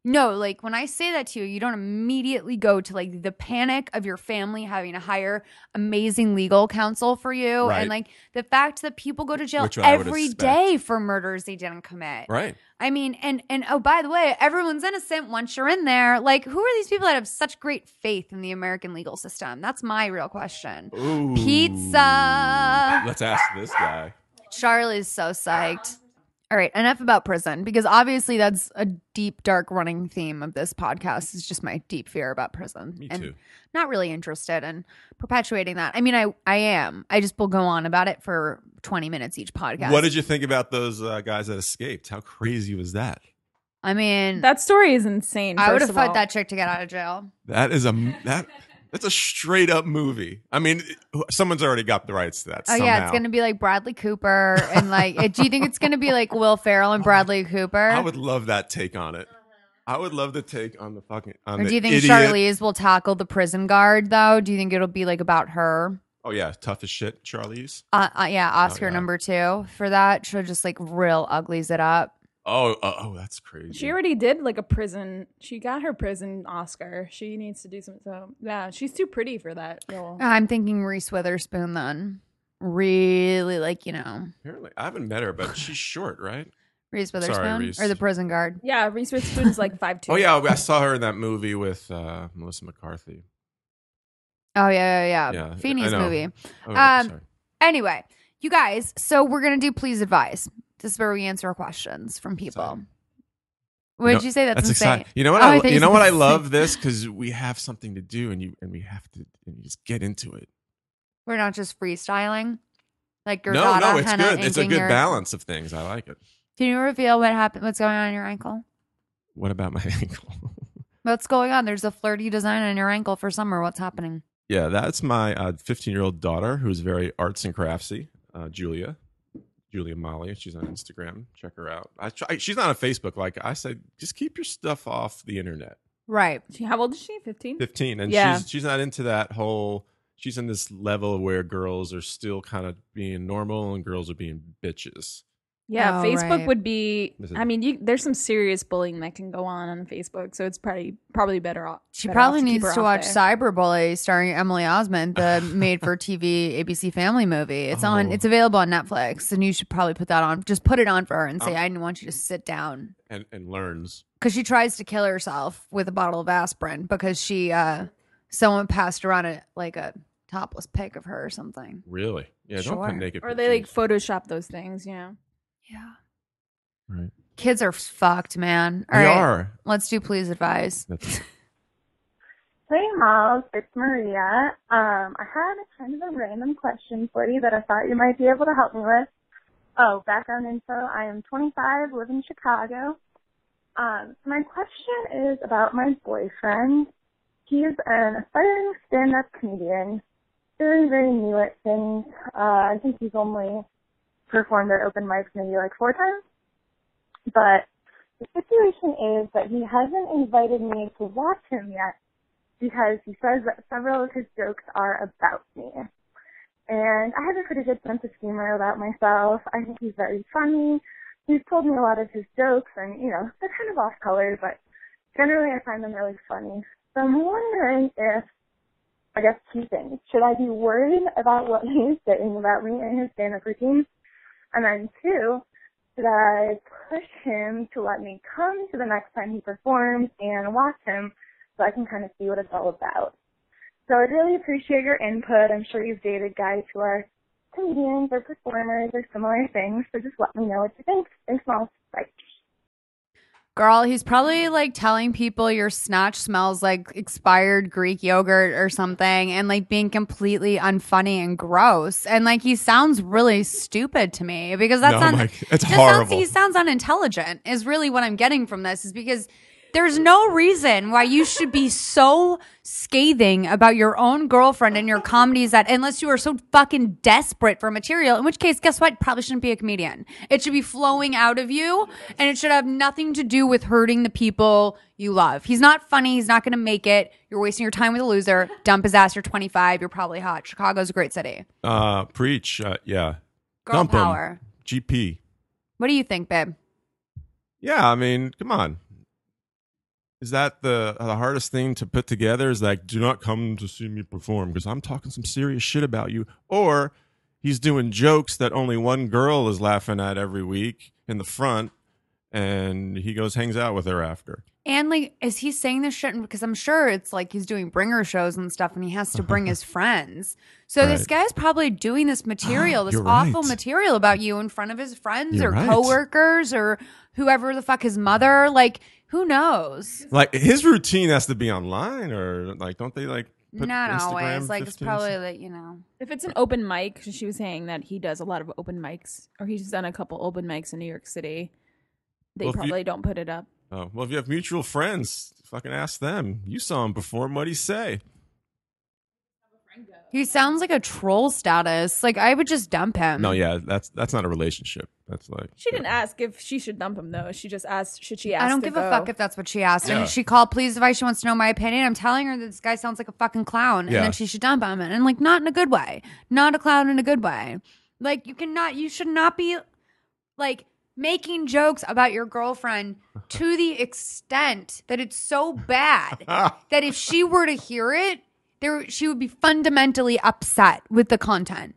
A: no, like when I say that to you, you don't immediately go to like the panic of your family having to hire amazing legal counsel for you,
C: Right.
A: and like the fact that people go to jail
C: Which I would
A: every
C: expect.
A: day for murders they didn't commit.
C: Right.
A: I mean, and and oh, by the way, everyone's innocent once you're in there. Like, who are these people that have such great faith in the American legal system? That's my real question.
C: Ooh.
A: Pizza.
C: Let's ask this guy.
A: Charlie's so psyched. All right, enough about prison because obviously that's a deep, dark running theme of this podcast. Is just my deep fear about prison.
C: Me
A: And
C: too.
A: Not really interested in perpetuating that. I mean, I I am. I just will go on about it for twenty minutes each podcast.
C: What did you think about those uh, guys that escaped? How crazy was that?
A: I mean?
B: That story is insane.
A: I would
B: first
A: have
B: of
A: fought
B: all.
A: that chick to get out of jail.
C: That is a that That's a straight up movie. I mean, someone's already got the rights to that.
A: Oh yeah, it's gonna be like Bradley Cooper and like. do you think it's gonna be like Will Ferrell and Bradley Cooper?
C: I would love that take on it. I would love the take on the fucking. On
A: or
C: the
A: do you think
C: idiot.
A: Charlize will tackle the prison guard though? Do you think it'll be like about her?
C: Oh yeah, tough as shit, Charlize.
A: Uh, uh, yeah, Oscar
C: Oh, yeah.
A: number two for that. She'll just like real uglies it up.
C: Oh, uh, oh, that's crazy.
B: She already did like a prison. She got her prison Oscar. She needs to do some. So yeah, she's too pretty for that role.
A: I'm thinking Reese Witherspoon then. Really like you know
C: Apparently, I haven't met her, but she's short, right?
A: Reese
C: Sorry,
A: Witherspoon
C: Reese.
A: or the prison guard.
B: yeah, Reese Witherspoon's like five two.
C: Oh yeah, I saw her in that movie with uh, Melissa McCarthy.
A: Oh yeah, yeah, yeah.
C: Yeah,
A: Feeney's
C: I know.
A: movie.
C: Oh,
A: Um,
C: sorry.
A: Anyway, you guys, so we're gonna do please advise. This is where we answer questions from people.
C: Exciting.
A: What did
C: No,
A: you say? That's, insane.
C: exciting. You know what?
A: Oh, I
C: I,
A: thought you
C: you know what? I
A: said-
C: love this because we have something to do, and you and we have to and you just get into it.
A: We're not just freestyling. Like your
C: No,
A: daughter
C: no, it's
A: kinda
C: good. It's a
A: inking
C: good
A: your-
C: balance of things. I like it.
A: Can you reveal what happened? What's going on in your ankle?
C: What about my ankle?
A: What's going on? There's a flirty design on your ankle for summer. What's happening?
C: yeah, that's my 15 year old daughter who's very arts and craftsy, uh, Julia. Julia Molly. She's on Instagram. Check her out. I try, she's not on Facebook. Like I said, just keep your stuff off the internet.
A: Right.
B: She, how old is she? Fifteen.
C: 15 and
B: Yeah.
C: she's she's not into that whole she's in this level where girls are still kind of being normal and girls are being bitches
B: Yeah,
A: Oh,
B: Facebook
A: right.
B: would be.
C: This is-
B: I mean, you, there's some serious bullying that can go on on Facebook, so it's probably probably better off.
A: She
B: better off
A: probably
B: keep
A: needs
B: her
A: to
B: off
A: watch
B: there.
A: Cyberbully starring Emily Osment, the made for TV ABC family movie. It's on
C: Oh.
A: it's available on Netflix and you should probably put that on. Just put it on for her and
C: Oh.
A: say I want you to sit down
C: and and learns
A: cuz she tries to kill herself with a bottle of aspirin because she uh someone passed around a like a topless pic of her or something.
C: really yeah don't
A: Sure.
C: put naked
B: Or they like
C: pictures.
B: Photoshop those things, you know.
A: Yeah.
C: right
A: Kids are fucked, man. All
C: we
A: right,
C: are
A: Let's do please advise.
C: That's-
D: Hey, Miles, it's Maria. Um, I had a kind of a random question for you that I thought you might be able to help me with. Oh, background info. I am 25, live in Chicago. Um, my question is about my boyfriend. He's an aspiring stand-up comedian, very, very new at things. Uh, I think he's only performed at open mics maybe like four times. But the situation is that he hasn't invited me to watch him yet because he says that several of his jokes are about me. And I have a pretty good sense of humor about myself. I think he's very funny. He's told me a lot of his jokes and, you know, they're kind of off color, but generally I find them really funny. So I'm wondering if, I guess two things. Should I be worried about what he's saying about me in his stand-up routine? And then two, should I push him to let me come to the next time he performs and watch him so I can kind of see what it's all about. So I'd really appreciate your input. I'm sure you've dated guys who are comedians or performers or similar things, so just let me know what you think. Thanks, Miles. Bye.
A: Girl, he's probably like telling people your snatch smells like expired Greek yogurt or something and like being completely unfunny and gross. And like he sounds really stupid to me because that
C: no,
A: sounds
C: Mike, it's
A: that sounds
C: horrible
A: he sounds unintelligent is really what I'm getting from this is because there's no reason why you should be so scathing about your own girlfriend and your comedies that unless you are so fucking desperate for material, in which case, guess what? Probably shouldn't be a comedian. It should be flowing out of you and it should have nothing to do with hurting the people you love. He's not funny. He's not going to make it. You're wasting your time with a loser. Dump his ass. You're 25. You're probably hot. Chicago's a great city.
C: uh preach uh, yeah
A: Girl
C: Dump 'em.
A: power.
C: gp
A: What do you think, babe?
C: yeah i mean come on is that the the hardest thing to put together is like do not come to see me perform because i'm talking some serious shit about you or he's doing jokes that only one girl is laughing at every week in the front and he goes hangs out with her after
A: And like, is he saying this shit? Because I'm sure it's like he's doing bringer shows and stuff, and he has to bring his friends. So this
C: Right.
A: guy's probably doing this material, this
C: You're
A: awful
C: right.
A: material about you in front of his friends or
C: You're right.
A: coworkers or whoever the fuck his mother. Like, who knows?
C: like his routine has to be online or like don't they like put
A: Not
C: Instagram
A: always. Like, it's
C: 15?
A: probably like you know.
B: If it's an open mic, 'cause she was saying that he does a lot of open mics, or he's done a couple open mics in New York City. They
C: Well, if you-
B: probably don't put it up.
C: oh well if you have mutual friends fucking ask them you saw him perform what would he say
A: He sounds like a troll status. Like I would just dump him.
C: No, yeah, that's that's not a relationship. That's like
B: She didn't ask if she should dump him though. She just asked, should she ask?
A: I don't
B: to
A: give a
B: go?
A: fuck if that's what she asked.
C: Yeah.
A: And she called police advice. She wants to know my opinion. I'm telling her that this guy sounds like a fucking clown,
C: Yeah.
A: and then she should dump him. And like, not in a good way. Not a clown in a good way. Like you cannot. You should not be like making jokes about your girlfriend to the extent that it's so bad that if she were to hear it, there she would be fundamentally upset with the content.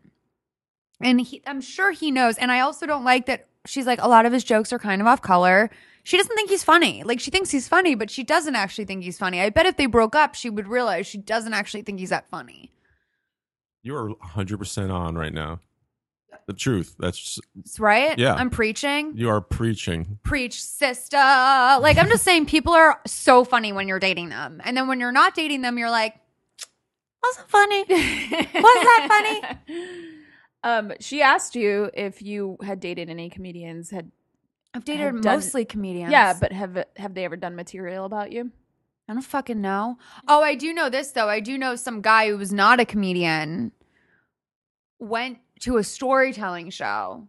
A: And he, I'm sure he knows. And I also don't like that she's like, a lot of his jokes are kind of off color. She doesn't think he's funny. Like, she thinks he's funny, but she doesn't actually think he's funny. I bet if they broke up, she would realize she doesn't actually think he's that funny.
C: you are 100 percent on right now. The truth. That's
A: It's right?
C: Yeah.
A: I'm preaching.
C: you are preaching.
A: Preach, sister. Like, I'm just saying, people are so funny when you're dating them. And then when you're not dating them, you're like, wasn't funny. Wasn't that funny?
B: Um, she asked you if you had dated any comedians. Had
A: I've dated
B: I've done-
A: mostly comedians.
B: yeah, but have have they ever done material about you?
A: I don't fucking know. Oh, I do know this though. I do know some guy who was not a comedian went to a storytelling show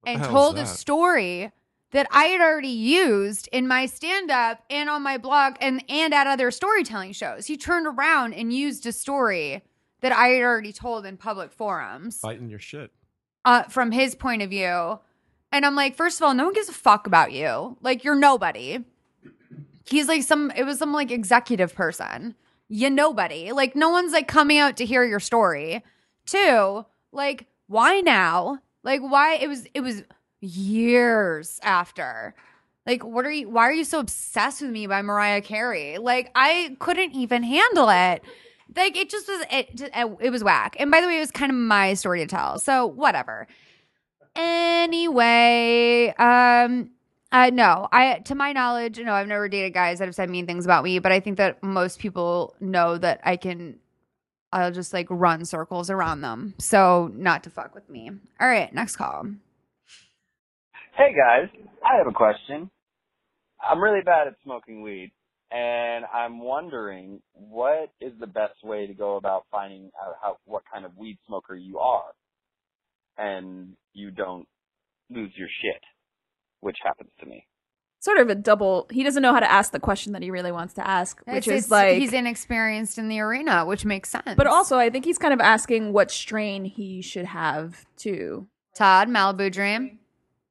C: What the
A: and
C: hell is
A: told a
C: that?
A: story that I had already used in my stand up and on my blog and and at other storytelling shows. He turned around and used a story that I had already told in public forums
C: Fighting your shit.
A: uh, from his point of view. And I'm like, first of all, no one gives a fuck about you. Like, you're nobody. He's like some, it was some like executive person. You nobody. Like, no one's like coming out to hear your story. Two, like, why now? Like, why? It was, it was years after. Like, what are you, why are you so obsessed with me by Mariah Carey? Like, I couldn't even handle it like it just was it just, it was whack and by the way it was kind of my story to tell so whatever anyway um uh, no, I to my knowledge, no, I've never dated guys that have said mean things about me, but I think that most people know that I can I'll just like run circles around them. So not to fuck with me. All right, next call.
E: Hey guys, I have a question. I'm really bad at smoking weed, and I'm wondering what is the best way to go about finding out how what kind of weed smoker you are, and you don't lose your shit, which happens to me.
B: Sort of a double. He doesn't know how to ask the question that he really wants to ask,
A: It's-
B: which is
A: it's-
B: like
A: he's inexperienced in the arena, which makes sense.
B: But also, I think he's kind of asking what strain he should have too.
A: Todd, Malibu Dream,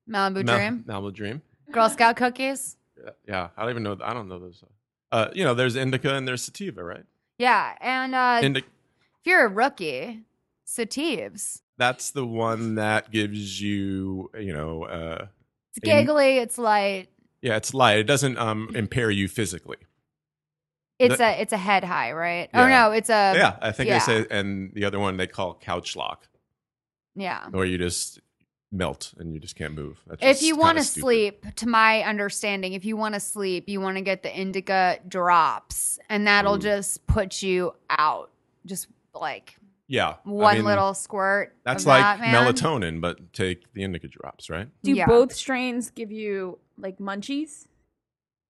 A: Malibu
C: Mal-
A: Dream,
C: Malibu dream.
A: Girl Scout cookies.
C: Yeah, I don't even know. I don't know those. Uh, you know, there's indica and there's sativa, right?
A: Yeah, and uh,
C: Indica.
A: if you're a rookie, satives.
C: That's the one that gives you, you know, uh,
A: It's
C: And-
A: giggly. It's light.
C: yeah, it's light. It doesn't um impair you physically.
A: It's
C: The-
A: a it's a head high, right? Oh
C: Yeah.
A: no, it's a yeah.
C: yeah, I think
A: yeah.
C: they say, and the other one they call couch lock, where you just melt and you just can't move. That's
A: If
C: just
A: you
C: kinda
A: want to
C: stupid.
A: sleep, to my understanding, if you want to sleep, you want to get the indica drops, and that'll
C: Ooh.
A: just put you out. Just like
C: yeah, I
A: one
C: mean,
A: little squirt.
C: That's
A: of
C: like
A: that, man.
C: melatonin, but take the indica drops, right?
B: Do
A: Yeah.
B: both strains give you like munchies?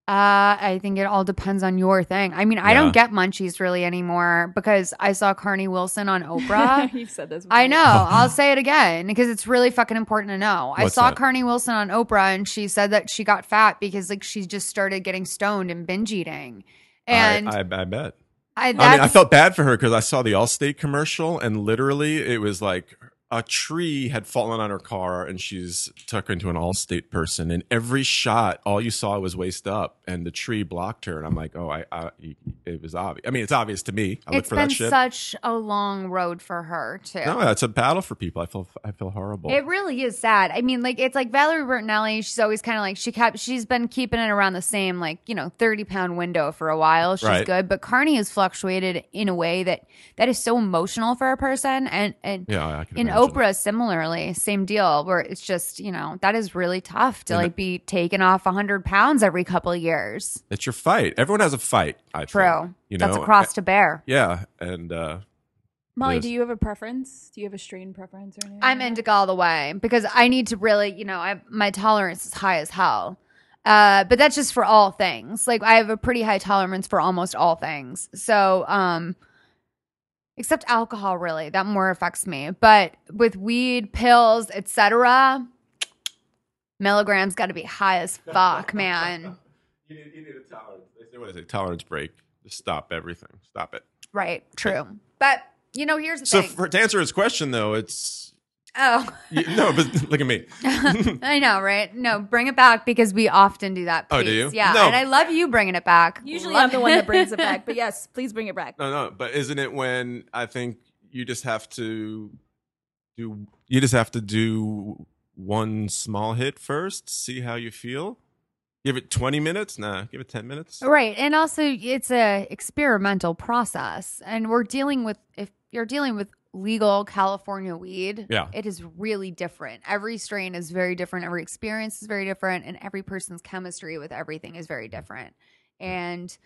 A: Uh, I think it all depends on your thing. I mean, I
C: Yeah.
A: don't get munchies really anymore because I saw Carney Wilson on Oprah.
B: You've said this. Before.
A: I know. I'll say it again because it's really fucking important to know. I
C: What's
A: saw
C: that?
A: Carney Wilson on Oprah and she said that she got fat because like she just started getting stoned and binge eating. And I,
C: I, I, I bet. I
A: that's,
C: mean, I felt bad for her because I saw the Allstate commercial, and literally it was like a tree had fallen on her car, and she's tucked into an Allstate person. And every shot, all you saw was waist up, and the tree blocked her. And I'm like, oh, I, I it was obvious. I mean, it's obvious to me. I look
A: it's
C: for
A: been
C: that shit.
A: such a long road for her too.
C: no, that's a battle for people. I feel, I feel horrible.
A: It really is sad. I mean, like it's like Valerie Bertinelli. She's always kind of like she kept. She's been keeping it around the same, like you know, thirty pound window for a while. She's
C: Right.
A: good, but Carney has fluctuated in a way that that is so emotional for a person, and and
C: yeah, I can
A: in
C: imagine.
A: Oprah, similarly, same deal. Where it's just you know that is really tough to
C: And-
A: like be taken off hundred pounds every couple of years.
C: it's your fight. Everyone has a fight. I
A: True,
C: feel, you know,
A: that's a cross to bear.
C: Yeah, and uh,
B: Molly,
C: Liz.
B: do you have a preference? Do you have a strain preference or anything?
A: I'm indica all the way because I need to really, you know, I my tolerance is high as hell. Uh, but that's just for all things. Like I have a pretty high tolerance for almost all things. So, um, except alcohol really that more affects me but with weed pills etc milligrams got to be high as fuck man
C: You need, you need a tolerance. They say, what is it? Tolerance break. Just stop everything. Stop it.
A: right true but you know here's the
C: So
A: thing
C: for, to answer his question, though, it's
A: oh
C: you, no, but look at me.
A: i know right no bring it back because we often do that
C: Oh, do
A: please.
C: you?
A: yeah
C: No.
A: and i love you bringing it back
B: Usually
A: Love
B: I'm the one that brings it back, but yes, please bring it back.
C: No, no, but isn't it when I think you just have to do you just have to do one small hit first, see how you feel. Give it twenty minutes. Nah, give it ten minutes.
A: Right. And also it's a experimental process and we're dealing with if you're dealing with legal California weed,
C: Yeah.
A: it is really different. Every strain is very different, every experience is very different, and every person's chemistry with everything is very different.
C: Mm.
A: And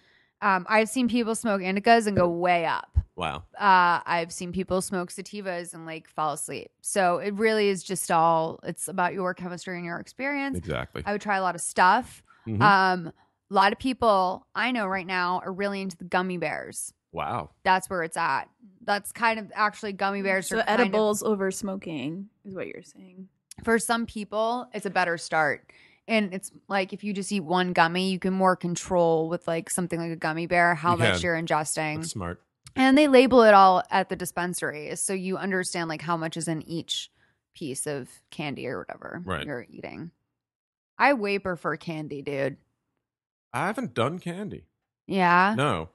A: um, I've seen people smoke indicas and go way up.
C: Wow.
A: Uh, I've seen people smoke sativas and like fall asleep. So it really is just all it's about your chemistry and your experience.
C: Exactly.
A: I would try a lot of stuff.
C: Mhm.
A: Um, a lot of people I know right now are really into the gummy bears.
C: wow.
A: That's where it's at. That's kind of actually gummy bears.
B: So
A: are kind of-
B: edibles over smoking is what you're saying.
A: for some people, it's a better start. And it's like if you just eat one gummy, you can more control with like something like a gummy bear how
C: You
A: much
C: can.
A: you're ingesting.
C: That's smart.
A: and they label it all at the dispensary, so you understand like how much is in each piece of candy or whatever
C: Right.
A: you're eating. I way prefer candy, dude.
C: I haven't done candy.
A: Yeah.
C: No.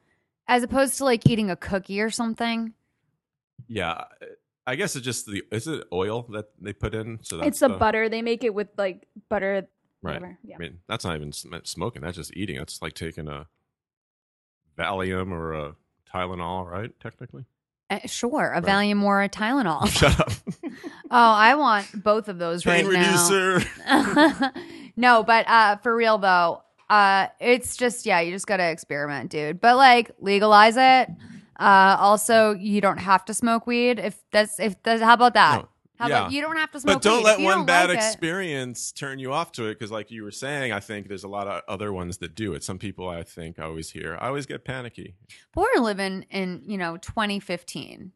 A: as opposed to like eating a cookie or something.
C: Yeah. I guess it's just the is it oil that they put in? So that's
B: it's a
C: the-
B: butter. They make it with like butter.
C: Right.
B: Whatever. Yeah.
C: I mean, that's not even sm- smoking. That's just eating. That's like taking a Valium or a Tylenol, right? Technically.
A: Uh, sure, a
C: Right.
A: Valium or a Tylenol.
C: Shut up.
A: oh, I want both of those
C: Pain
A: right
C: reducer.
A: now. no, but uh, for real though, uh, it's just yeah, you just gotta experiment, dude. But like legalize it. Uh, also, you don't have to smoke weed. If that's if that's how about that?
C: No.
A: Uh, How
C: yeah.
A: about you don't have to smoke?
C: but don't
A: weed.
C: let
A: If you
C: one
A: don't
C: bad
A: like it-
C: experience turn you off to it because like you were saying i think there's a lot of other ones that do it some people i think i always hear i always get panicky
A: We're living in you know 2015,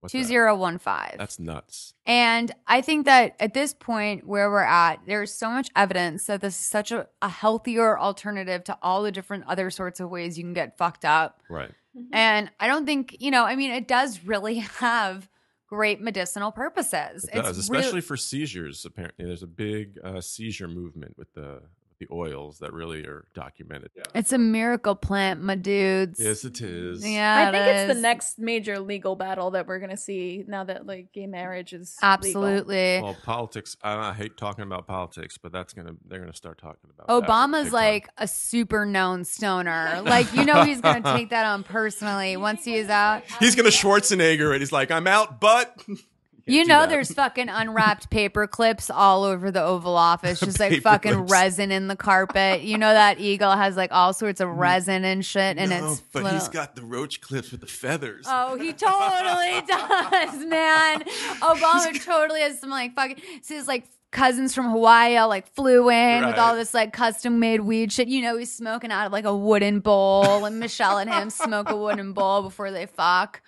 C: What's that?
A: 2015.
C: that's nuts
A: And I think that at this point where we're at, there's so much evidence that this is such a, a healthier alternative to all the different other sorts of ways you can get fucked up.
C: right
B: Mm-hmm.
A: And I don't think, you know, I mean, it does really have great medicinal purposes.
C: it does
A: real-
C: especially for seizures apparently there's a big uh, seizure movement with the the oils that really are documented
A: it's a miracle plant, my dudes.
C: yes it is
A: Yeah.
B: I think
A: it
B: it's the
A: is.
B: next major legal battle that we're gonna see now that like gay marriage is legal.
A: Absolutely.
C: well politics I, I hate talking about politics but that's gonna they're gonna start talking about that
A: Obama's
C: big time.
A: like a super known stoner. Like, you know, he's going to take that on personally once he is out.
C: he's gonna schwarzenegger it he's like i'm out but
A: "Oh, You
C: do
A: know,
C: that.
A: there's fucking unwrapped paper clips all over the Oval Office, just like
C: Paper
A: fucking
C: clips.
A: resin in the carpet. You know that eagle has like all sorts of resin and shit, and
C: Mm. No,
A: it's.
C: but he's
A: flo-
C: got the roach clips with the feathers
A: Oh, he totally does, man. Obama totally has some like fucking. So his like cousins from Hawaii all like flew in with
C: Right.
A: all this like custom made weed shit. You know, he's smoking out of like a wooden bowl, and Michelle and him smoke a wooden bowl before they fuck.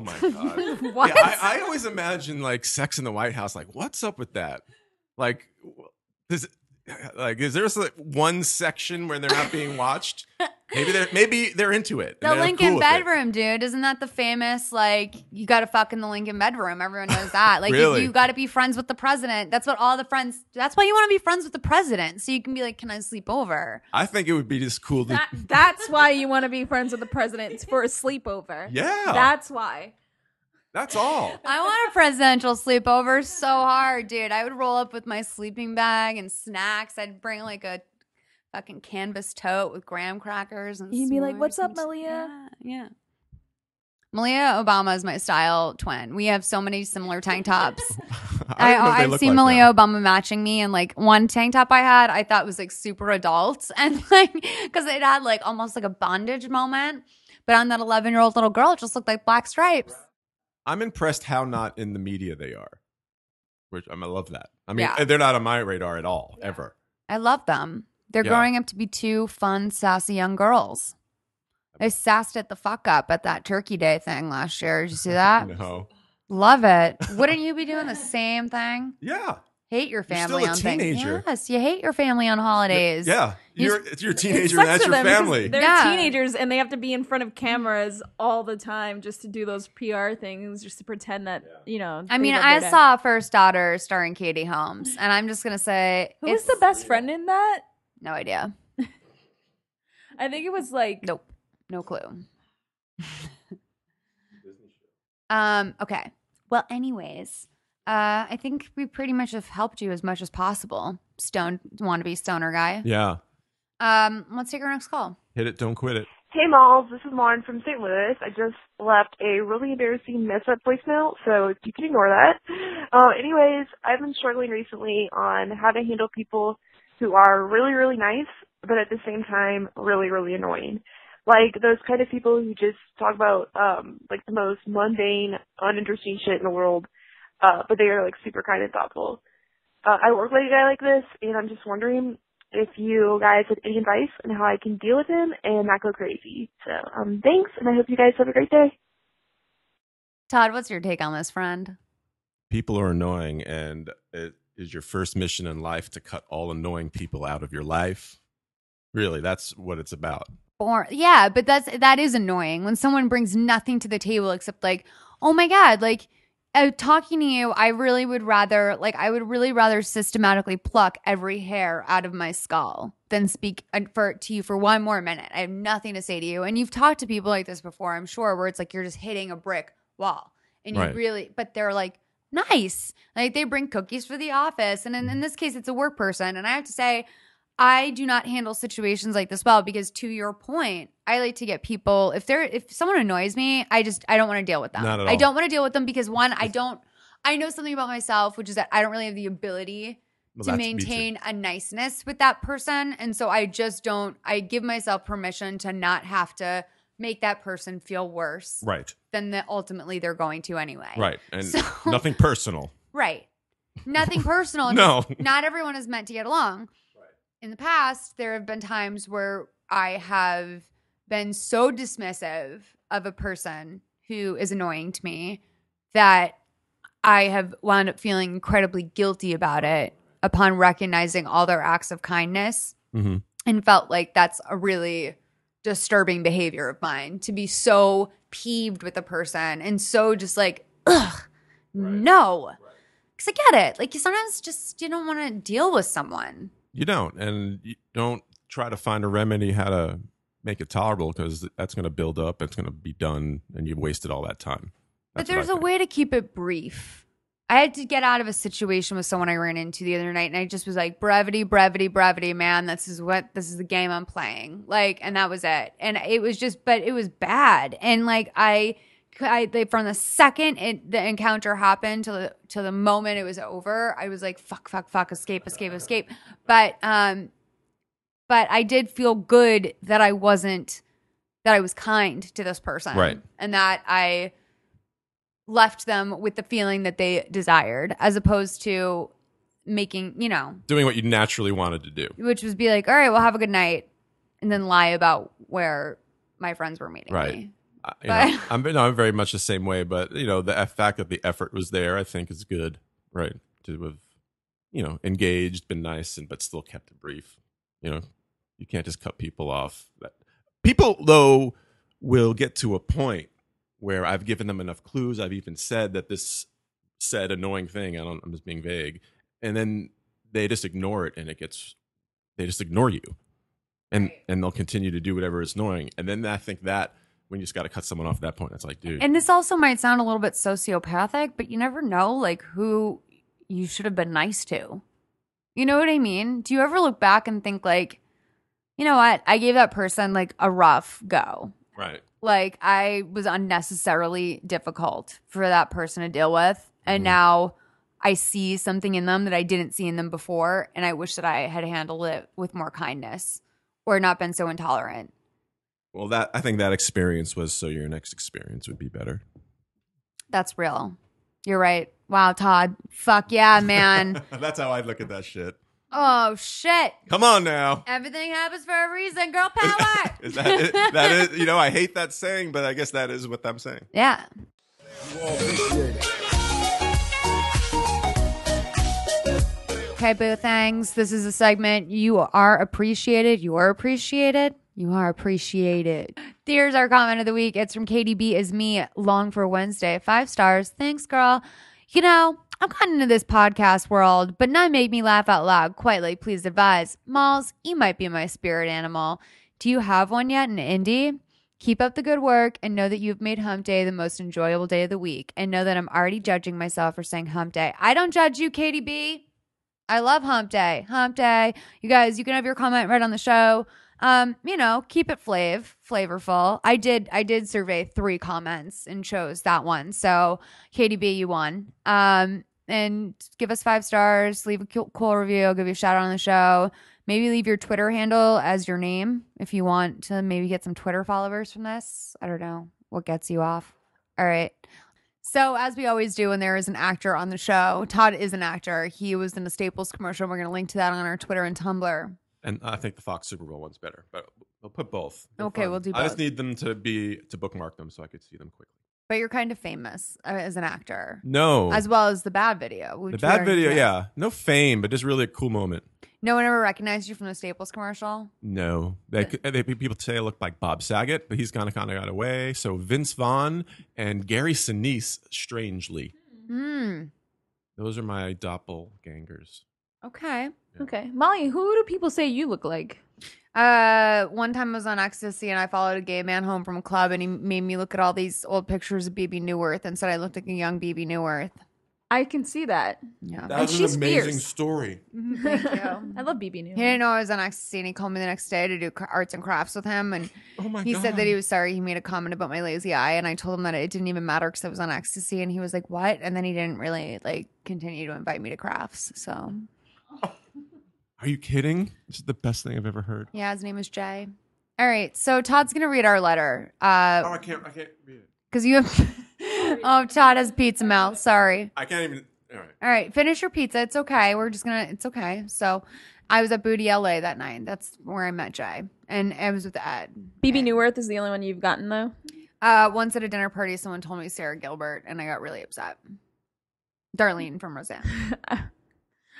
C: my god!
A: What?
C: Yeah, I, I always imagine like sex in the White House. Like, what's up with that? Like, is like is there like, one section where they're not being watched? Maybe they're maybe they're into it. and
A: The
C: they're
A: Lincoln
C: cool with it.
A: bedroom, dude. Isn't that the famous like you got to fuck in the Lincoln bedroom? Everyone knows that. Like
C: Really?
A: if you got to be friends with the president. That's what all the friends. That's why you want to be friends with the president, so you can be like, can I sleep over?
C: I think it would be just cool. To,
B: That, that's why you want to be friends with the president for a sleepover.
C: yeah,
B: That's why.
C: that's all.
A: I want a presidential sleepover so hard, dude. I would roll up with my sleeping bag and snacks. I'd bring like a fucking canvas tote with graham crackers and.
B: You'd be like,
A: s'mores
B: "What's up,
A: and-
B: Malia?"
A: Yeah. yeah. Malia Obama is my style twin. We have so many similar tank tops. I,
C: don't know if they
A: I, have
C: look
A: seen
C: like
A: Malia
C: that.
A: Obama matching me, and like one tank top I had, I thought was like super adult, and like because it had like almost like a bondage moment. But on that eleven-year-old little girl, it just looked like black stripes.
C: I'm impressed how not in the media they are. Which I'm, I love that. I mean,
A: Yeah.
C: they're not on my radar at all, ever.
A: I love them. They're
C: Yeah.
A: growing up to be two fun, sassy young girls. I sassed it the fuck up at that Turkey Day thing last year. Did you see that?
C: No.
A: Love it. Wouldn't you be doing the same thing?
C: Yeah.
A: Hate your
C: You're still
A: family
C: a
A: on things.
C: teenager.
A: Yes, you hate your family on holidays.
C: Yeah.
A: You
C: You're it's your
B: It
C: teenager
B: sucks
C: and that's
B: for them
C: your
B: because
C: family.
B: They're
A: Yeah.
B: teenagers and they have to be in front of cameras all the time just to do those PR things, just to pretend that you know.
A: I
B: they
A: mean,
B: love
A: I
B: their dad.
A: saw First Daughter starring Katie Holmes, and I'm just gonna say
B: Who was
A: it's
B: the best friend in that?
A: no idea.
B: I think it was like
A: Nope. No clue. um, okay. Well, anyways, uh, I think we pretty much have helped you as much as possible. Stone wannabe stoner guy.
C: Yeah.
A: Um, let's take our next call.
C: Hit it, don't quit it.
F: Hey Malls, this is Lauren from St. Louis. I just left a really embarrassing mess up voicemail, so you can ignore that. Uh, anyways, I've been struggling recently on how to handle people who are really, really nice, but at the same time, really, really annoying. Like those kind of people who just talk about um like the most mundane, uninteresting shit in the world, uh, but they are like super kind and thoughtful. Uh, I work with a guy like this, and I'm just wondering if you guys had any advice on how I can deal with him and not go crazy. So, um, thanks, and I hope you guys have a great day.
A: Todd, what's your take on this, friend?
C: People are annoying and it is your first mission in life to cut all annoying people out of your life. Really, that's what it's about.
A: Born, yeah, but that's that is annoying when someone brings nothing to the table except like, oh my god, like uh, talking to you, I really would rather like I would really rather systematically pluck every hair out of my skull than speak uh, for to you for one more minute. I have nothing to say to you, and you've talked to people like this before, I'm sure, where it's like you're just hitting a brick wall, and you
C: Right.
A: really, but they're like nice, like they bring cookies for the office, and in, in this case, it's a work person, and I have to say. I do not handle situations like this well because to your point, I like to get people if they're if someone annoys me, I just I don't want to deal with them.
C: Not at
A: I
C: all.
A: don't want to deal with them because one, I don't I know something about myself, which is that I don't really have the ability
C: Well,
A: to
C: that's- me too.
A: maintain a niceness with that person. And so I just don't I give myself permission to not have to make that person feel worse
C: Right.
A: than that ultimately they're going to anyway.
C: Right. And
A: So-
C: nothing personal.
A: Right. Nothing personal.
C: No.
A: just Not everyone is meant to get along. In the past, there have been times where I have been so dismissive of a person who is annoying to me that I have wound up feeling incredibly guilty about it upon recognizing all their acts of kindness
C: Mm-hmm.
A: and felt like that's a really disturbing behavior of mine to be so peeved with a person and so just like ugh no because i get it like you sometimes just you don't want to deal with someone
C: You don't, and you don't try to find a remedy how to make it tolerable because that's going to build up. It's going to be done, and you've wasted all that time.
A: but
C: That's what I
A: there's a
C: think.
A: way to keep it brief i had to get out of a situation with someone i ran into the other night and i just was like brevity brevity brevity man this is what this is the game i'm playing like and that was it and it was just but it was bad and like i I they, from the second it, the encounter happened to the to the moment it was over, I was like, "Fuck, fuck, fuck! Escape, escape, escape!" But um, but I did feel good that I wasn't that I was kind to this person,
C: Right.
A: And that I left them with the feeling that they desired, as opposed to making you know,
C: doing what you naturally wanted to do.
A: which was be like, "All right, well, have a good night," and then lie about where my friends were meeting
C: Right.
A: me.
C: I- you
A: But-
C: know, I'm, no, I'm very much the same way, but you know, the eff- fact that the effort was there, I think, is good. Right, to have you know engaged, been nice, and but still kept it brief. You know, you can't just cut people off. That- People though will get to a point where I've given them enough clues. I've even said that this said annoying thing. I don't. I'm just being vague, and then they just ignore it, and it gets they just ignore you, and and they'll continue to do whatever is annoying. And then I think that when you just got to cut someone off at that point, it's like, dude,
A: And this also might sound a little bit sociopathic, but you never know like who you should have been nice to. You know what I mean? Do you ever look back and think like, you know what? I gave that person like a rough go.
C: right,
A: Like I was unnecessarily difficult for that person to deal with, and
C: Mhm.
A: now I see something in them that I didn't see in them before, and I wish that I had handled it with more kindness or not been so intolerant.
C: well, that I think that experience was so your next experience would be better.
A: That's real. You're right. Wow, Todd. Fuck yeah, man.
C: That's how I look at that shit.
A: Oh shit!
C: Come on now.
A: Everything happens for a reason. Girl power.
C: Is that, that is, you know, I hate that saying, but I guess that is what I'm saying.
A: yeah. Okay, boo. Thanks. This is a segment. You are appreciated. You are appreciated. You are appreciated. Here's our comment of the week. It's from KDB. Is me long for Wednesday? Five stars. Thanks, girl. You know, I've gotten into this podcast world, but none make me laugh out loud. Quite like, please advise. Malls, you might be my spirit animal. Do you have one yet in Indy? Keep up the good work and know that you've made hump day the most enjoyable day of the week. And know that I'm already judging myself for saying hump day. I don't judge you, Katie B. I love hump day. Hump day. You guys, you can have your comment right on the show. Um, you know, keep it flav, flavorful. I did I did survey three comments and chose that one. So Katie B, you won. Um, and give us five stars, leave a cool, cool review, I'll give you a shout out on the show. Maybe leave your Twitter handle as your name if you want to maybe get some Twitter followers from this. I don't know what gets you off. All right. So, as we always do when there is an actor on the show, Todd is an actor. He was in a Staples commercial. We're going to link to that on our Twitter and Tumblr.
C: And I think the Fox Super Bowl one's better, but we'll put both.
A: Okay, we'll do
C: I just
A: both.
C: need them to be to bookmark them so I could see them quickly.
A: But you're kind of famous uh, as an actor,
C: No,
A: as well as the bad video.
C: the
A: which we
C: bad
A: already
C: video,
A: did.
C: yeah, no fame, but just really a cool moment.
A: No one ever recognized you from the Staples commercial.
C: No, they, they, people say I look like Bob Saget, but he's kind of kind of got away. So Vince Vaughn and Gary Sinise, strangely,
A: Hmm.
C: those are my doppelgangers.
A: Okay.
B: Okay, Molly, who do people say you look like?
A: Uh, one time I was on ecstasy and I followed a gay man home from a club and he made me look at all these old pictures of BB Newworth and said I looked like a young BB Newworth.
B: I can see that.
A: Yeah.
B: And was an she's amazing fierce.
C: story.
A: Thank you.
B: I love BB New.
A: He didn't know I was on ecstasy, and he called me the next day to do cr- arts and crafts with him. And
C: Oh my
A: he
C: god!
A: said that he was sorry. He made a comment about my lazy eye, and I told him that it didn't even matter because I was on ecstasy. And he was like, "What?" And then he didn't really like continue to invite me to crafts. So
C: Are you kidding? This is the best thing I've ever heard.
A: yeah, his name is Jay. All right, so Todd's gonna read our letter
C: Oh,
A: because
C: I can't. I can't read it.
A: you have. oh, Todd has pizza mouth. Sorry.
C: I can't even. All right.
A: All right, finish your pizza. It's okay. We're just gonna. It's okay. So, I was at Booty LA that night. That's where I met Jay, and I was with Ed.
B: BB New Earth is the only one you've gotten though.
A: Uh, once at a dinner party, someone told me Sarah Gilbert, and I got really upset. Darlene from Roseanne.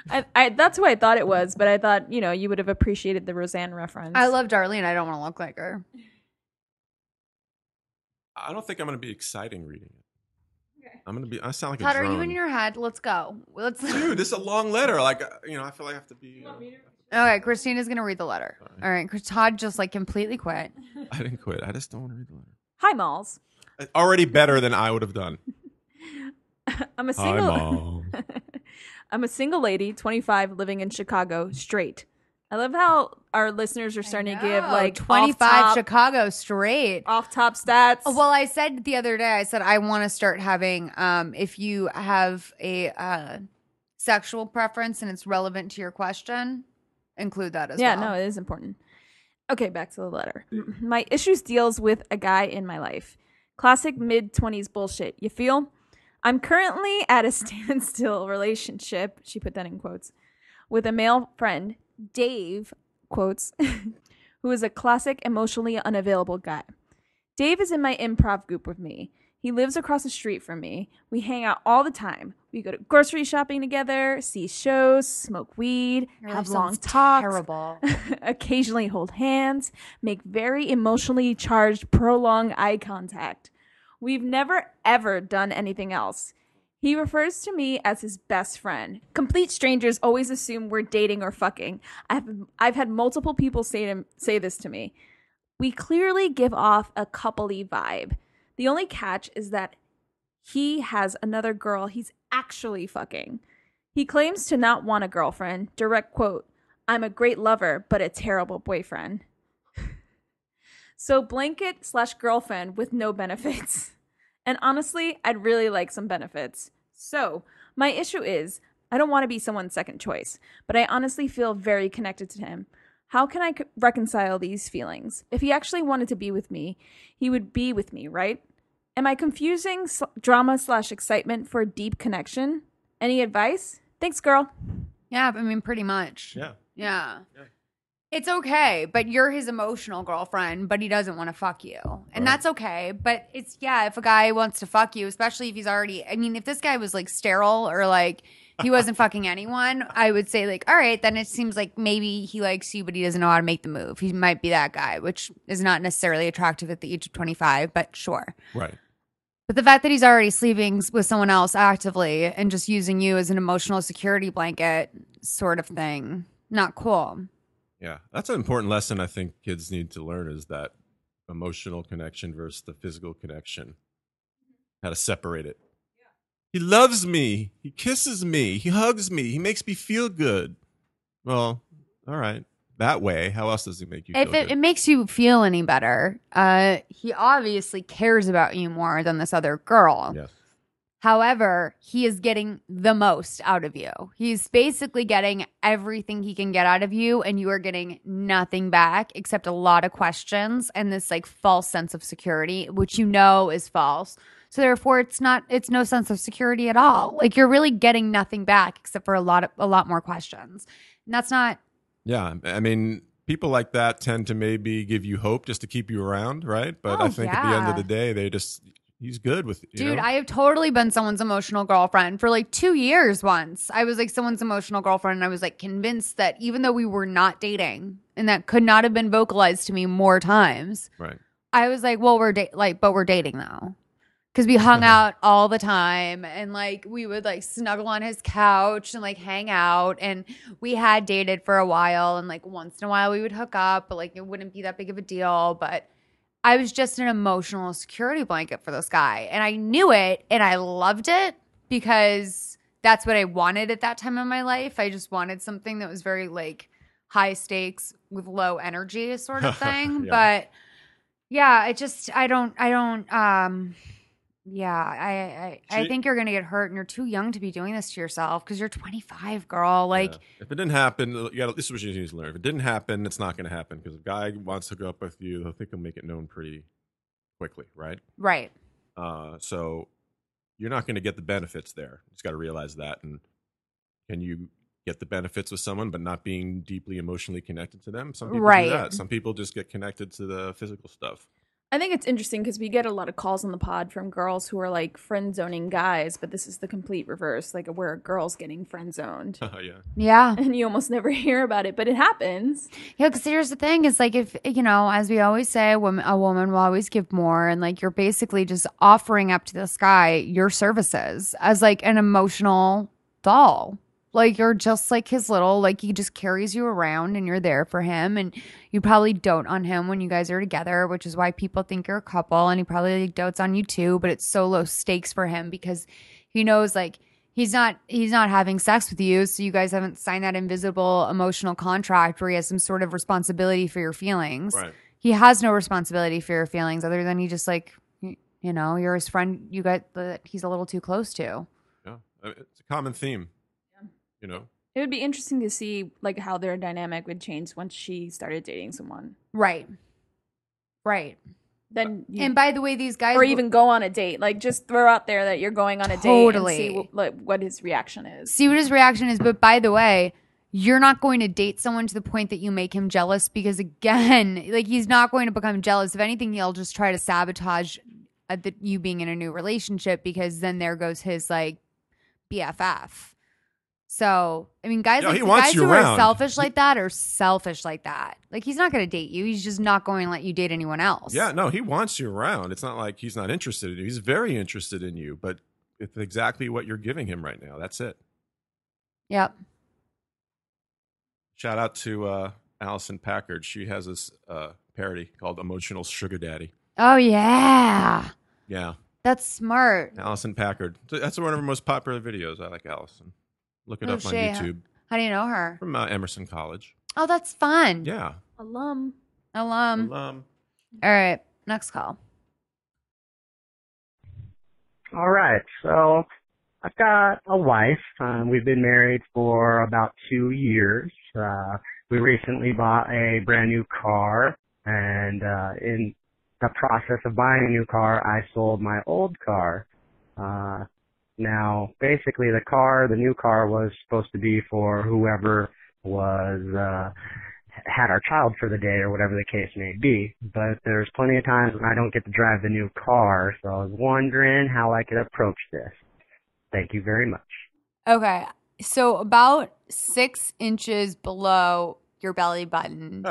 B: I, I that's who I thought it was, but I thought you know you would have appreciated the Roseanne reference.
A: I love Darlene. I don't want to look like her.
C: I don't think I'm going to be exciting reading it. I'm going to be. I sound like
A: Todd,
C: a
A: are
C: drone.
A: you in your head? Let's go. Let's.
C: Dude, this is a long letter. Like, uh, you know, I feel like I have to be. uh,
A: okay, Christina's gonna read the letter. All right, Chris- Todd just like completely quit.
C: I didn't quit. I just don't want to read the letter.
B: Hi, Malls.
C: Uh, Already better than I would have done.
B: I'm a
C: Hi,
B: single.
C: mom.
B: I'm a single lady, 25, living in Chicago, straight. I love how our listeners are starting to give
A: Oh,
B: like
A: twenty-five
B: off top,
A: Chicago straight.
B: off top stats.
A: Oh, Well, I said the other day, I said I want to start having um if you have a uh sexual preference and it's relevant to your question, include that as
B: yeah,
A: well.
B: no, it is important. Okay, back to the letter. M- My issues deals with a guy in my life. Classic mid 20s bullshit. You feel? I'm currently at a standstill relationship. She put that in quotes. with a male friend, Dave, quotes, who is a classic emotionally unavailable guy. Dave is in my improv group with me. He lives across the street from me. We hang out all the time. We go to grocery shopping together, see shows, smoke weed,
A: Your
B: have
A: life
B: long
A: sounds
B: talks,
A: Terrible.
B: occasionally hold hands, make very emotionally charged, prolonged eye contact. We've never ever done anything else. He refers to me as his best friend. Complete strangers always assume we're dating or fucking. I've I've had multiple people say to, say this to me. We clearly give off a coupley vibe. The only catch is that he has another girl he's actually fucking. He claims to not want a girlfriend. Direct quote I'm a great lover, but a terrible boyfriend. so, blanket slash girlfriend with no benefits. And honestly, I'd really like some benefits. So, my issue is I don't want to be someone's second choice, but I honestly feel very connected to him. How can I c- reconcile these feelings? If he actually wanted to be with me, he would be with me, right? Am I confusing sl- drama slash excitement for deep connection? Any advice? Thanks, girl.
A: Yeah, I mean, pretty much.
C: Yeah.
A: Yeah.
C: Yeah.
A: It's okay, but you're his emotional girlfriend, but he doesn't want to fuck you. And
C: Right.
A: that's okay. But it's, yeah, if a guy wants to fuck you, especially if he's already, I mean, if this guy was like sterile or like he wasn't fucking anyone, I would say, like, all right, then it seems like maybe he likes you, but he doesn't know how to make the move. He might be that guy, which is not necessarily attractive at the age of 25, but sure.
C: Right.
A: But the fact that he's already sleeping with someone else actively and just using you as an emotional security blanket sort of thing, not cool.
C: Yeah. That's an important lesson I think kids need to learn is that emotional connection versus the physical connection. How to separate it. He loves me. He kisses me. He hugs me. He makes me feel good. Well, all right. That way. How else does he make you
A: If
C: feel
A: it,
C: good?
A: it makes you feel any better, uh, he obviously cares about you more than this other girl.
C: Yes.
A: However, he is getting the most out of you. He's basically getting everything he can get out of you, and you are getting nothing back except a lot of questions and this like false sense of security, which you know is false. So therefore, it's not it's no sense of security at all. Like you're really getting nothing back except for a lot of a lot more questions, and that's not
C: Yeah, I mean, people like that tend to maybe give you hope just to keep you around, right? But
A: Oh,
C: I think at the end
A: yeah.
C: of the day, they just he's good with you
A: Dude,
C: know?
A: I have totally been someone's emotional girlfriend for like two years once. I was like someone's emotional girlfriend, and I was like convinced that even though we were not dating, and that could not have been vocalized to me more times,
C: right?
A: I was like, well, we're da- like, but we're dating though. Cause we hung out all the time and like we would like snuggle on his couch and like hang out and we had dated for a while and like once in a while we would hook up, but like it wouldn't be that big of a deal. But I was just an emotional security blanket for this guy. And I knew it and I loved it because that's what I wanted at that time in my life. I just wanted something that was very like high stakes with low energy sort of thing.
C: Yeah.
A: But yeah, I just I don't I don't um yeah, I I, I
C: She-
A: think you're gonna get hurt and you're too young to be doing this to yourself because you're 25, girl. Like
C: Yeah. if it didn't happen, uh, you got this is what you need to learn. If it didn't happen, it's not going to happen because if a guy wants to hook up with you, I think he'll make it known pretty quickly, right?
A: right.
C: Uh, so you're not going to get the benefits there. You just got to realize that. And can you get the benefits with someone but not being deeply emotionally connected to them? Some people
A: Right.
C: do that. Some people just get connected to the physical stuff.
B: I think it's interesting because we get a lot of calls on the pod from girls who are like friend zoning guys, but this is the complete reverse. Like, where a girl's getting friend zoned.
C: yeah.
A: Yeah.
B: and you almost never hear about it, but it happens.
A: Yeah, because here's the thing: is like if you know, as we always say, a woman, a woman will always give more, and like you're basically just offering up to this guy your services as like an emotional doll. Like you're just like his little, like he just carries you around, and you're there for him, and you probably dote on him when you guys are together, which is why people think you're a couple, and he probably like, dotes on you too. But it's so low stakes for him because he knows like he's not he's not having sex with you so you guys haven't signed that invisible emotional contract where he has some sort of responsibility for your feelings
C: Right.
A: he has no responsibility for your feelings other than he just like y- you know you're his friend you got that he's a little too close to
C: Yeah, I mean, it's a common theme. You know,
B: It would be interesting to see like how their dynamic would change once she started dating someone.
A: right right
B: Then you,
A: and by the way these guys
B: or
A: were-
B: even go on a date. Like just throw out there that you're going on a date and see
A: Totally.
B: what, like, what his reaction is.
A: see what his reaction is. But by the way, you're not going to date someone to the point that you make him jealous because, again, like he's not going to become jealous. If anything, he'll just try to sabotage uh, the, you being in a new relationship because then there goes his like BFF. So, I mean, guys,
C: Yeah,
A: like,
C: he wants
A: guys
C: you
A: who
C: around.
A: are selfish like that are selfish like that. Like, he's not going to date you. He's just not going to let you date anyone else.
C: yeah, no, he wants you around. It's not like he's not interested in you. He's very interested in you, but it's exactly what you're giving him right now. That's it.
A: Yep.
C: Shout out to uh, Allison Packard. She has this uh, parody called "Emotional Sugar Daddy."
A: Oh, yeah.
C: Yeah,
A: That's smart.
C: Allison Packard. So That's one of her most popular videos. I like Allison. Look it
A: Oh,
C: up on
A: shit.
C: YouTube
A: How do you know her?
C: from uh, Emerson College.
A: Oh, that's fun.
C: Yeah,
B: Alum.
A: Alum.
C: alum.
A: All right, next call.
G: All right. So I've got a wife. Um, we've been married for about two years. Uh, we recently bought a brand new car, and uh, in the process of buying a new car, I sold my old car. Uh, Now, basically, the car, the new car, was supposed to be for whoever was uh, had our child for the day or whatever the case may be. But there's plenty of times when I don't get to drive the new car, so I was wondering how I could approach this. Thank you very much.
A: Okay. So about six inches below your belly button.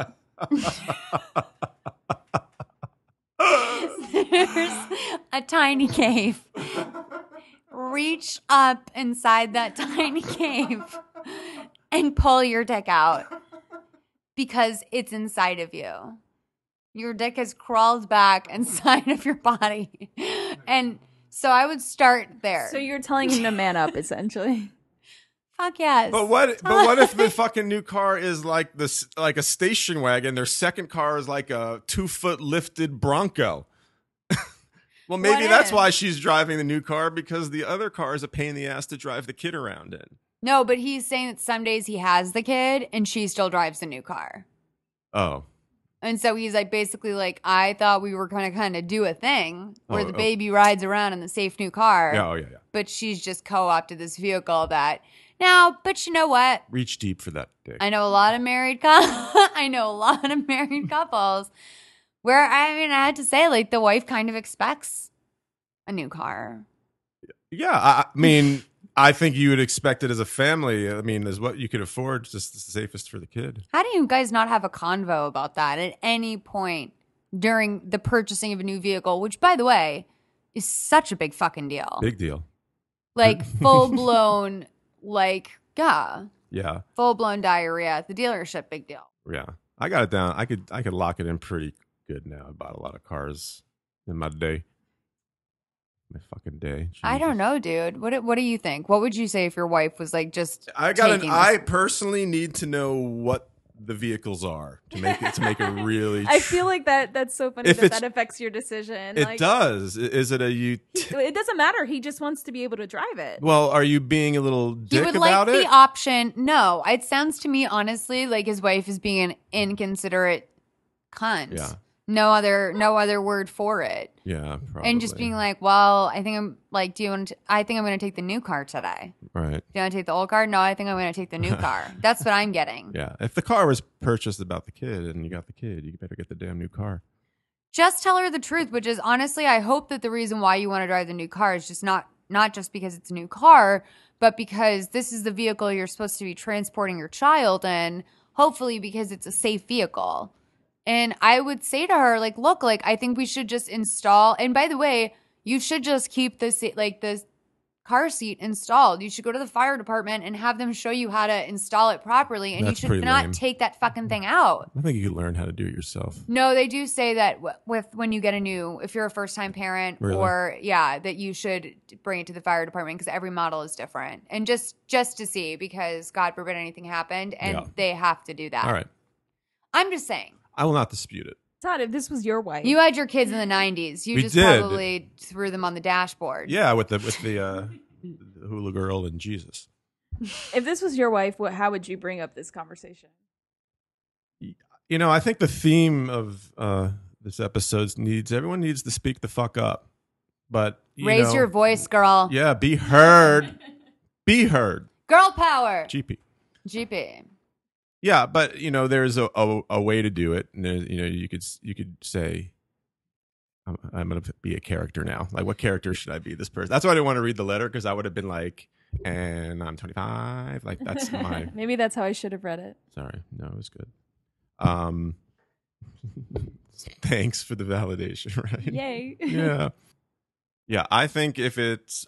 A: There's a tiny cave. Reach up inside that tiny cave and pull your dick out because it's inside of you. Your dick has crawled back inside of your body. And so I would start there.
B: So you're telling him to man up, essentially.
A: Fuck yes.
C: But what? But what if the fucking new car is like this, like a station wagon? Their second car is like a two foot lifted Bronco. well, maybe
A: What
C: that's
A: if?
C: why she's driving the new car because the other car is a pain in the ass to drive the kid around in.
A: No, but he's saying that some days he has the kid and she still drives the new car.
C: Oh,
A: And so he's like basically like, I thought we were gonna kinda do a thing where
C: Oh,
A: the
C: oh.
A: baby rides around in the safe new car.
C: yeah, oh yeah, yeah.
A: But she's just co opted this vehicle that now, but you know what?
C: Reach deep for that dick.
A: I know a lot of married cou- I know a lot of married couples where I mean I had to say like the wife kind of expects a new car.
C: Yeah, I, I mean, I think you would expect it as a family. I mean, is what you could afford just the safest for the kid.
A: How do you guys not have a convo about that at any point during the purchasing of a new vehicle, which by the way is such a big fucking deal.
C: Big deal.
A: Like full blown like yeah,
C: Yeah,
A: full blown diarrhea at the dealership big deal.
C: yeah. I got it down. I could, I could lock it in pretty good now. I bought a lot of cars in my day. My fucking day.
A: I
C: Jesus.
A: don't know, dude. What do- what do you think? What would you say if your wife was like just
C: I got an.
A: taking this-
C: I personally need to know what the vehicles are to make it to make a really.
B: I feel like that that's so funny
C: If
B: that
C: it's-
B: that affects your decision.
C: it
B: like,
C: does. I- Is it a you?
B: he- it doesn't matter. He just wants to be able to drive it.
C: well, are you being a little
A: He
C: dick
A: would like
C: about
A: the
C: it?
A: option. No, it sounds to me honestly like his wife is being an inconsiderate cunt.
C: Yeah.
A: No other no other word for it.
C: yeah, probably.
A: And just being like, "Well, I think I'm like, do you want to, I think I'm going to take the new car today.
C: right.
A: Do you want to take the old car? No, I think I'm going to take the new car." That's what I'm getting.
C: Yeah, if the car was purchased about the kid and you got the kid, you better get the damn new car.
A: Just tell her the truth, which is honestly, I hope that the reason why you want to drive the new car is just not not just because it's a new car, but because this is the vehicle you're supposed to be transporting your child in, hopefully because it's a safe vehicle. And I would say to her, like, look, like I think we should just install and by the way, you should just keep this like this car seat installed. You should go to the fire department and have them show you how to install it properly. And
C: That's
A: you should
C: pretty
A: not
C: lame.
A: take that fucking thing out.
C: I think you could learn how to do it yourself.
A: No, they do say that w- with when you get a new, if you're a first time parent
C: Really?
A: or yeah, that you should bring it to the fire department because every model is different, and just just to see because God forbid anything happened, and
C: Yeah.
A: they have to do that.
C: All right,
A: I'm just saying.
C: I will not dispute it.
B: Todd, if this was your wife,
A: You had your kids in the '90s. You
C: We
A: just
C: did.
A: probably threw them on the dashboard.
C: Yeah, with the with the, uh, the hula girl and Jesus.
B: if this was your wife, what, how would you bring up this conversation?
C: You know, I think the theme of uh, this episode needs everyone needs to speak the fuck up, but you
A: Raise
C: know,
A: your voice, girl.
C: Yeah, be heard. be heard.
A: Girl power.
C: GP.
A: GP.
C: Yeah, but you know, there's a, a, a way to do it, and there, you know, you could s- you could say, I'm, "I'm going to be a character now." Like, what character should I be? This person. That's why I didn't want to read the letter because I would have been like, "And I'm 25." Like, that's my.
B: Maybe that's how I should have read it.
C: Sorry, no, it was good. Um, thanks for the validation, right?
B: Yay.
C: yeah. Yeah, I think if it's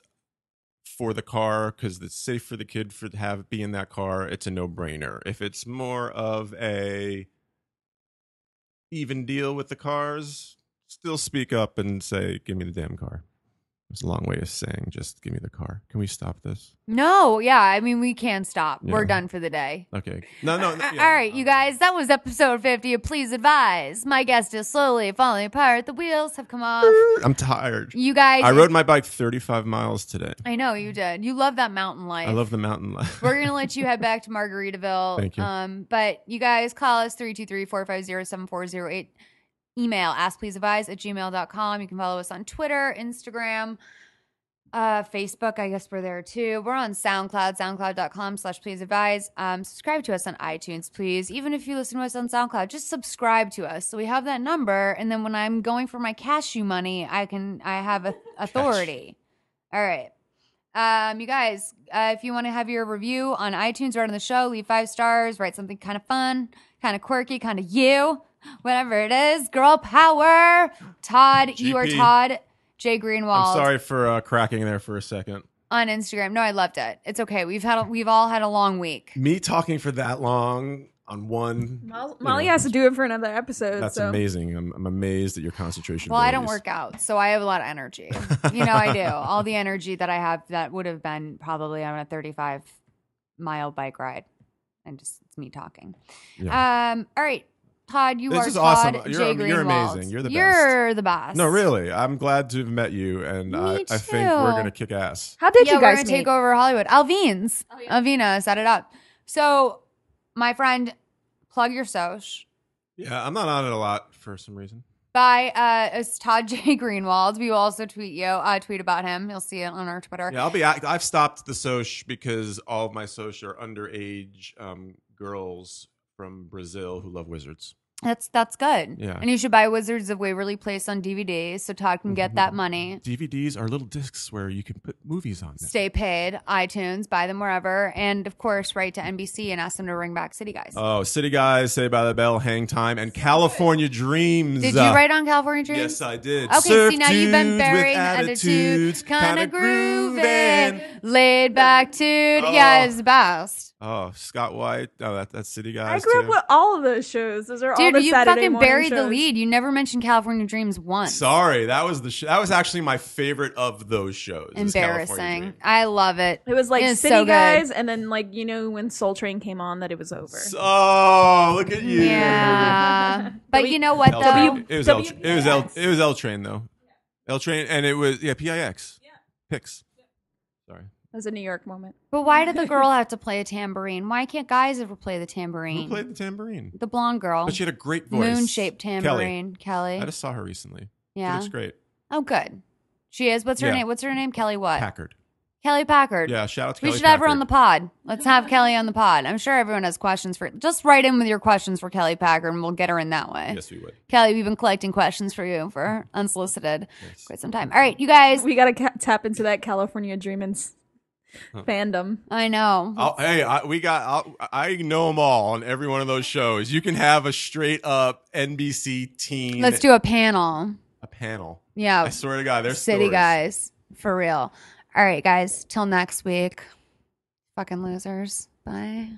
C: for the car because it's safe for the kid for to have be in that car, it's a no brainer. If it's more of a even deal with the cars, still speak up and say, "Give me the damn car." It's a long way of saying, "Just give me the car." Can we stop this?
A: No, yeah. I mean, we can stop. We're
C: Yeah.
A: done for the day.
C: Okay. No, no. no
A: Uh,
C: yeah,
A: all right, you
C: um,
A: guys, that was episode 50 of Please Advise. My guest is slowly falling apart. The wheels have come off.
C: I'm tired.
A: You guys.
C: I rode my bike 35 miles today.
A: I know you did. You love that mountain life.
C: I love the mountain life.
A: We're going to let you head back to Margaritaville.
C: Thank you.
A: Um, but you guys, call us 323 450 7408. Email askpleaseadvise at gmail.com. You can follow us on Twitter, Instagram. Uh, Facebook, I guess we're there too. We're on SoundCloud, soundcloud.com slash please advise. Um, subscribe to us on iTunes, please. Even if you listen to us on SoundCloud, just subscribe to us. So we have that number. And then when I'm going for my cashew money, I can, I have a, authority. All right. Um, you guys, uh, if you want to have your review on iTunes or on the show, leave five stars, write something kind of fun, kind of quirky, kind of you, whatever it is. Girl power. Todd, you are
C: GP.
A: Todd. Jay Greenwald
C: I'm sorry for uh, cracking there for a second.
A: on Instagram. No, I loved it. It's okay. We've had a, we've all had a long week.
C: Me talking for that long on one.
B: Molly,
C: you know,
B: has to do it for another episode.
C: That's
B: so.
C: amazing. I'm, I'm amazed at your concentration.
A: Well, I don't
C: abilities.
A: work out, so I have a lot of energy. You know, I do. All the energy that I have that would have been probably on a 35 mile bike ride, and just it's me talking. Um. All right, Todd, you
C: This
A: are
C: is
A: Todd
C: awesome. You're-
A: Jay
C: you're
A: Greenwald.
C: amazing. You're the
A: You're the boss.
C: No, really. I'm glad to have met you, and I,
A: Me
C: I think we're
A: too.
C: gonna kick ass.
B: How did
A: yeah,
B: you guys Oh,
A: we're gonna
B: meet?
A: take over Hollywood. Alvin's. Alvina set it up. So, my friend, plug your soch.
C: Yeah, I'm not on it a lot for some reason.
A: by uh, it's Todd J. Greenwald. We will also tweet you, uh, tweet about him. You'll see it on our Twitter.
C: Yeah, I'll be. act- I've stopped the soch because all of my soch are underage um, girls from Brazil who love wizards.
A: That's that's good.
C: Yeah.
A: And you should buy Wizards of Waverly Place on DVD so Todd can get
C: Mm-hmm.
A: that money.
C: DVDs are little discs where you can put movies on. them.
A: Stay paid, iTunes, buy them wherever, and of course, write to NBC and ask them to ring back City Guys.
C: Oh, City Guys, Say by the Bell, Hang Time, and California Dreams. Uh,
A: did you write on California Dreams?
C: Yes, I did.
A: Okay,
C: Surf
A: see now you've been
C: dudes
A: burying
C: with
A: the
C: attitudes,
A: attitude, kind
C: kinda
A: of grooving, laid back dude. Yeah,
C: Oh.
A: it's the best.
C: Oh, Scott White. Oh, that, that's City
B: I
C: Guys.
B: grew up
C: too.
B: with all of those shows. Those are all
A: Dude,
B: the
A: you
B: Saturday
A: fucking
B: morning
A: buried the
B: shows.
A: lead. You never mentioned California Dreams once.
C: Sorry, that was the sh- that was actually my favorite of those shows. is California
A: Embarrassing.
C: Dreams.
A: I love it.
B: It was like
A: It is
B: City
A: so good.
B: Guys, and then like you know when Soul Train came on, that it was over.
C: So- Oh, look at you.
A: Yeah. E but you know what,
C: L
A: though?
C: Train. it was L.
B: W-
C: It was L. It was L train though. L train, and it was yeah. PIX. Yeah. Pix. Sorry.
B: It was a New York moment.
A: but why did the girl have to play a tambourine? Why can't guys ever play the tambourine?
C: Who played the tambourine?
A: the blonde girl.
C: But she had a great voice.
A: Moon shaped
C: Kelly.
A: tambourine. Kelly.
C: I just saw her recently. She
A: yeah.
C: looks great.
A: Oh, good. She is. What's her
C: Yeah.
A: name? What's her name? Kelly what?
C: Packard.
A: Kelly Packard.
C: Yeah, shout out to
A: We
C: Kelly
A: should have her on the
C: Packard.
A: pod. Let's have Kelly on the pod. I'm sure everyone has questions for. Just write in with your questions for Kelly Packard, and we'll get her in that way.
C: Yes, we would.
A: Kelly, we've been collecting questions for you for unsolicited
C: Yes.
A: quite some time. All right, you guys.
B: We gotta ca- tap into that California Dreamins fandom.
A: I know.
C: I'll, hey, I, we got. I'll, I know them all on every one of those shows. You can have a straight up NBC teen.
A: Let's do a panel.
C: a panel. I
A: Yeah.
C: swear to God, there's
A: City
C: stories.
A: guys. For real. All right, guys. Till next week. Fucking losers. Bye.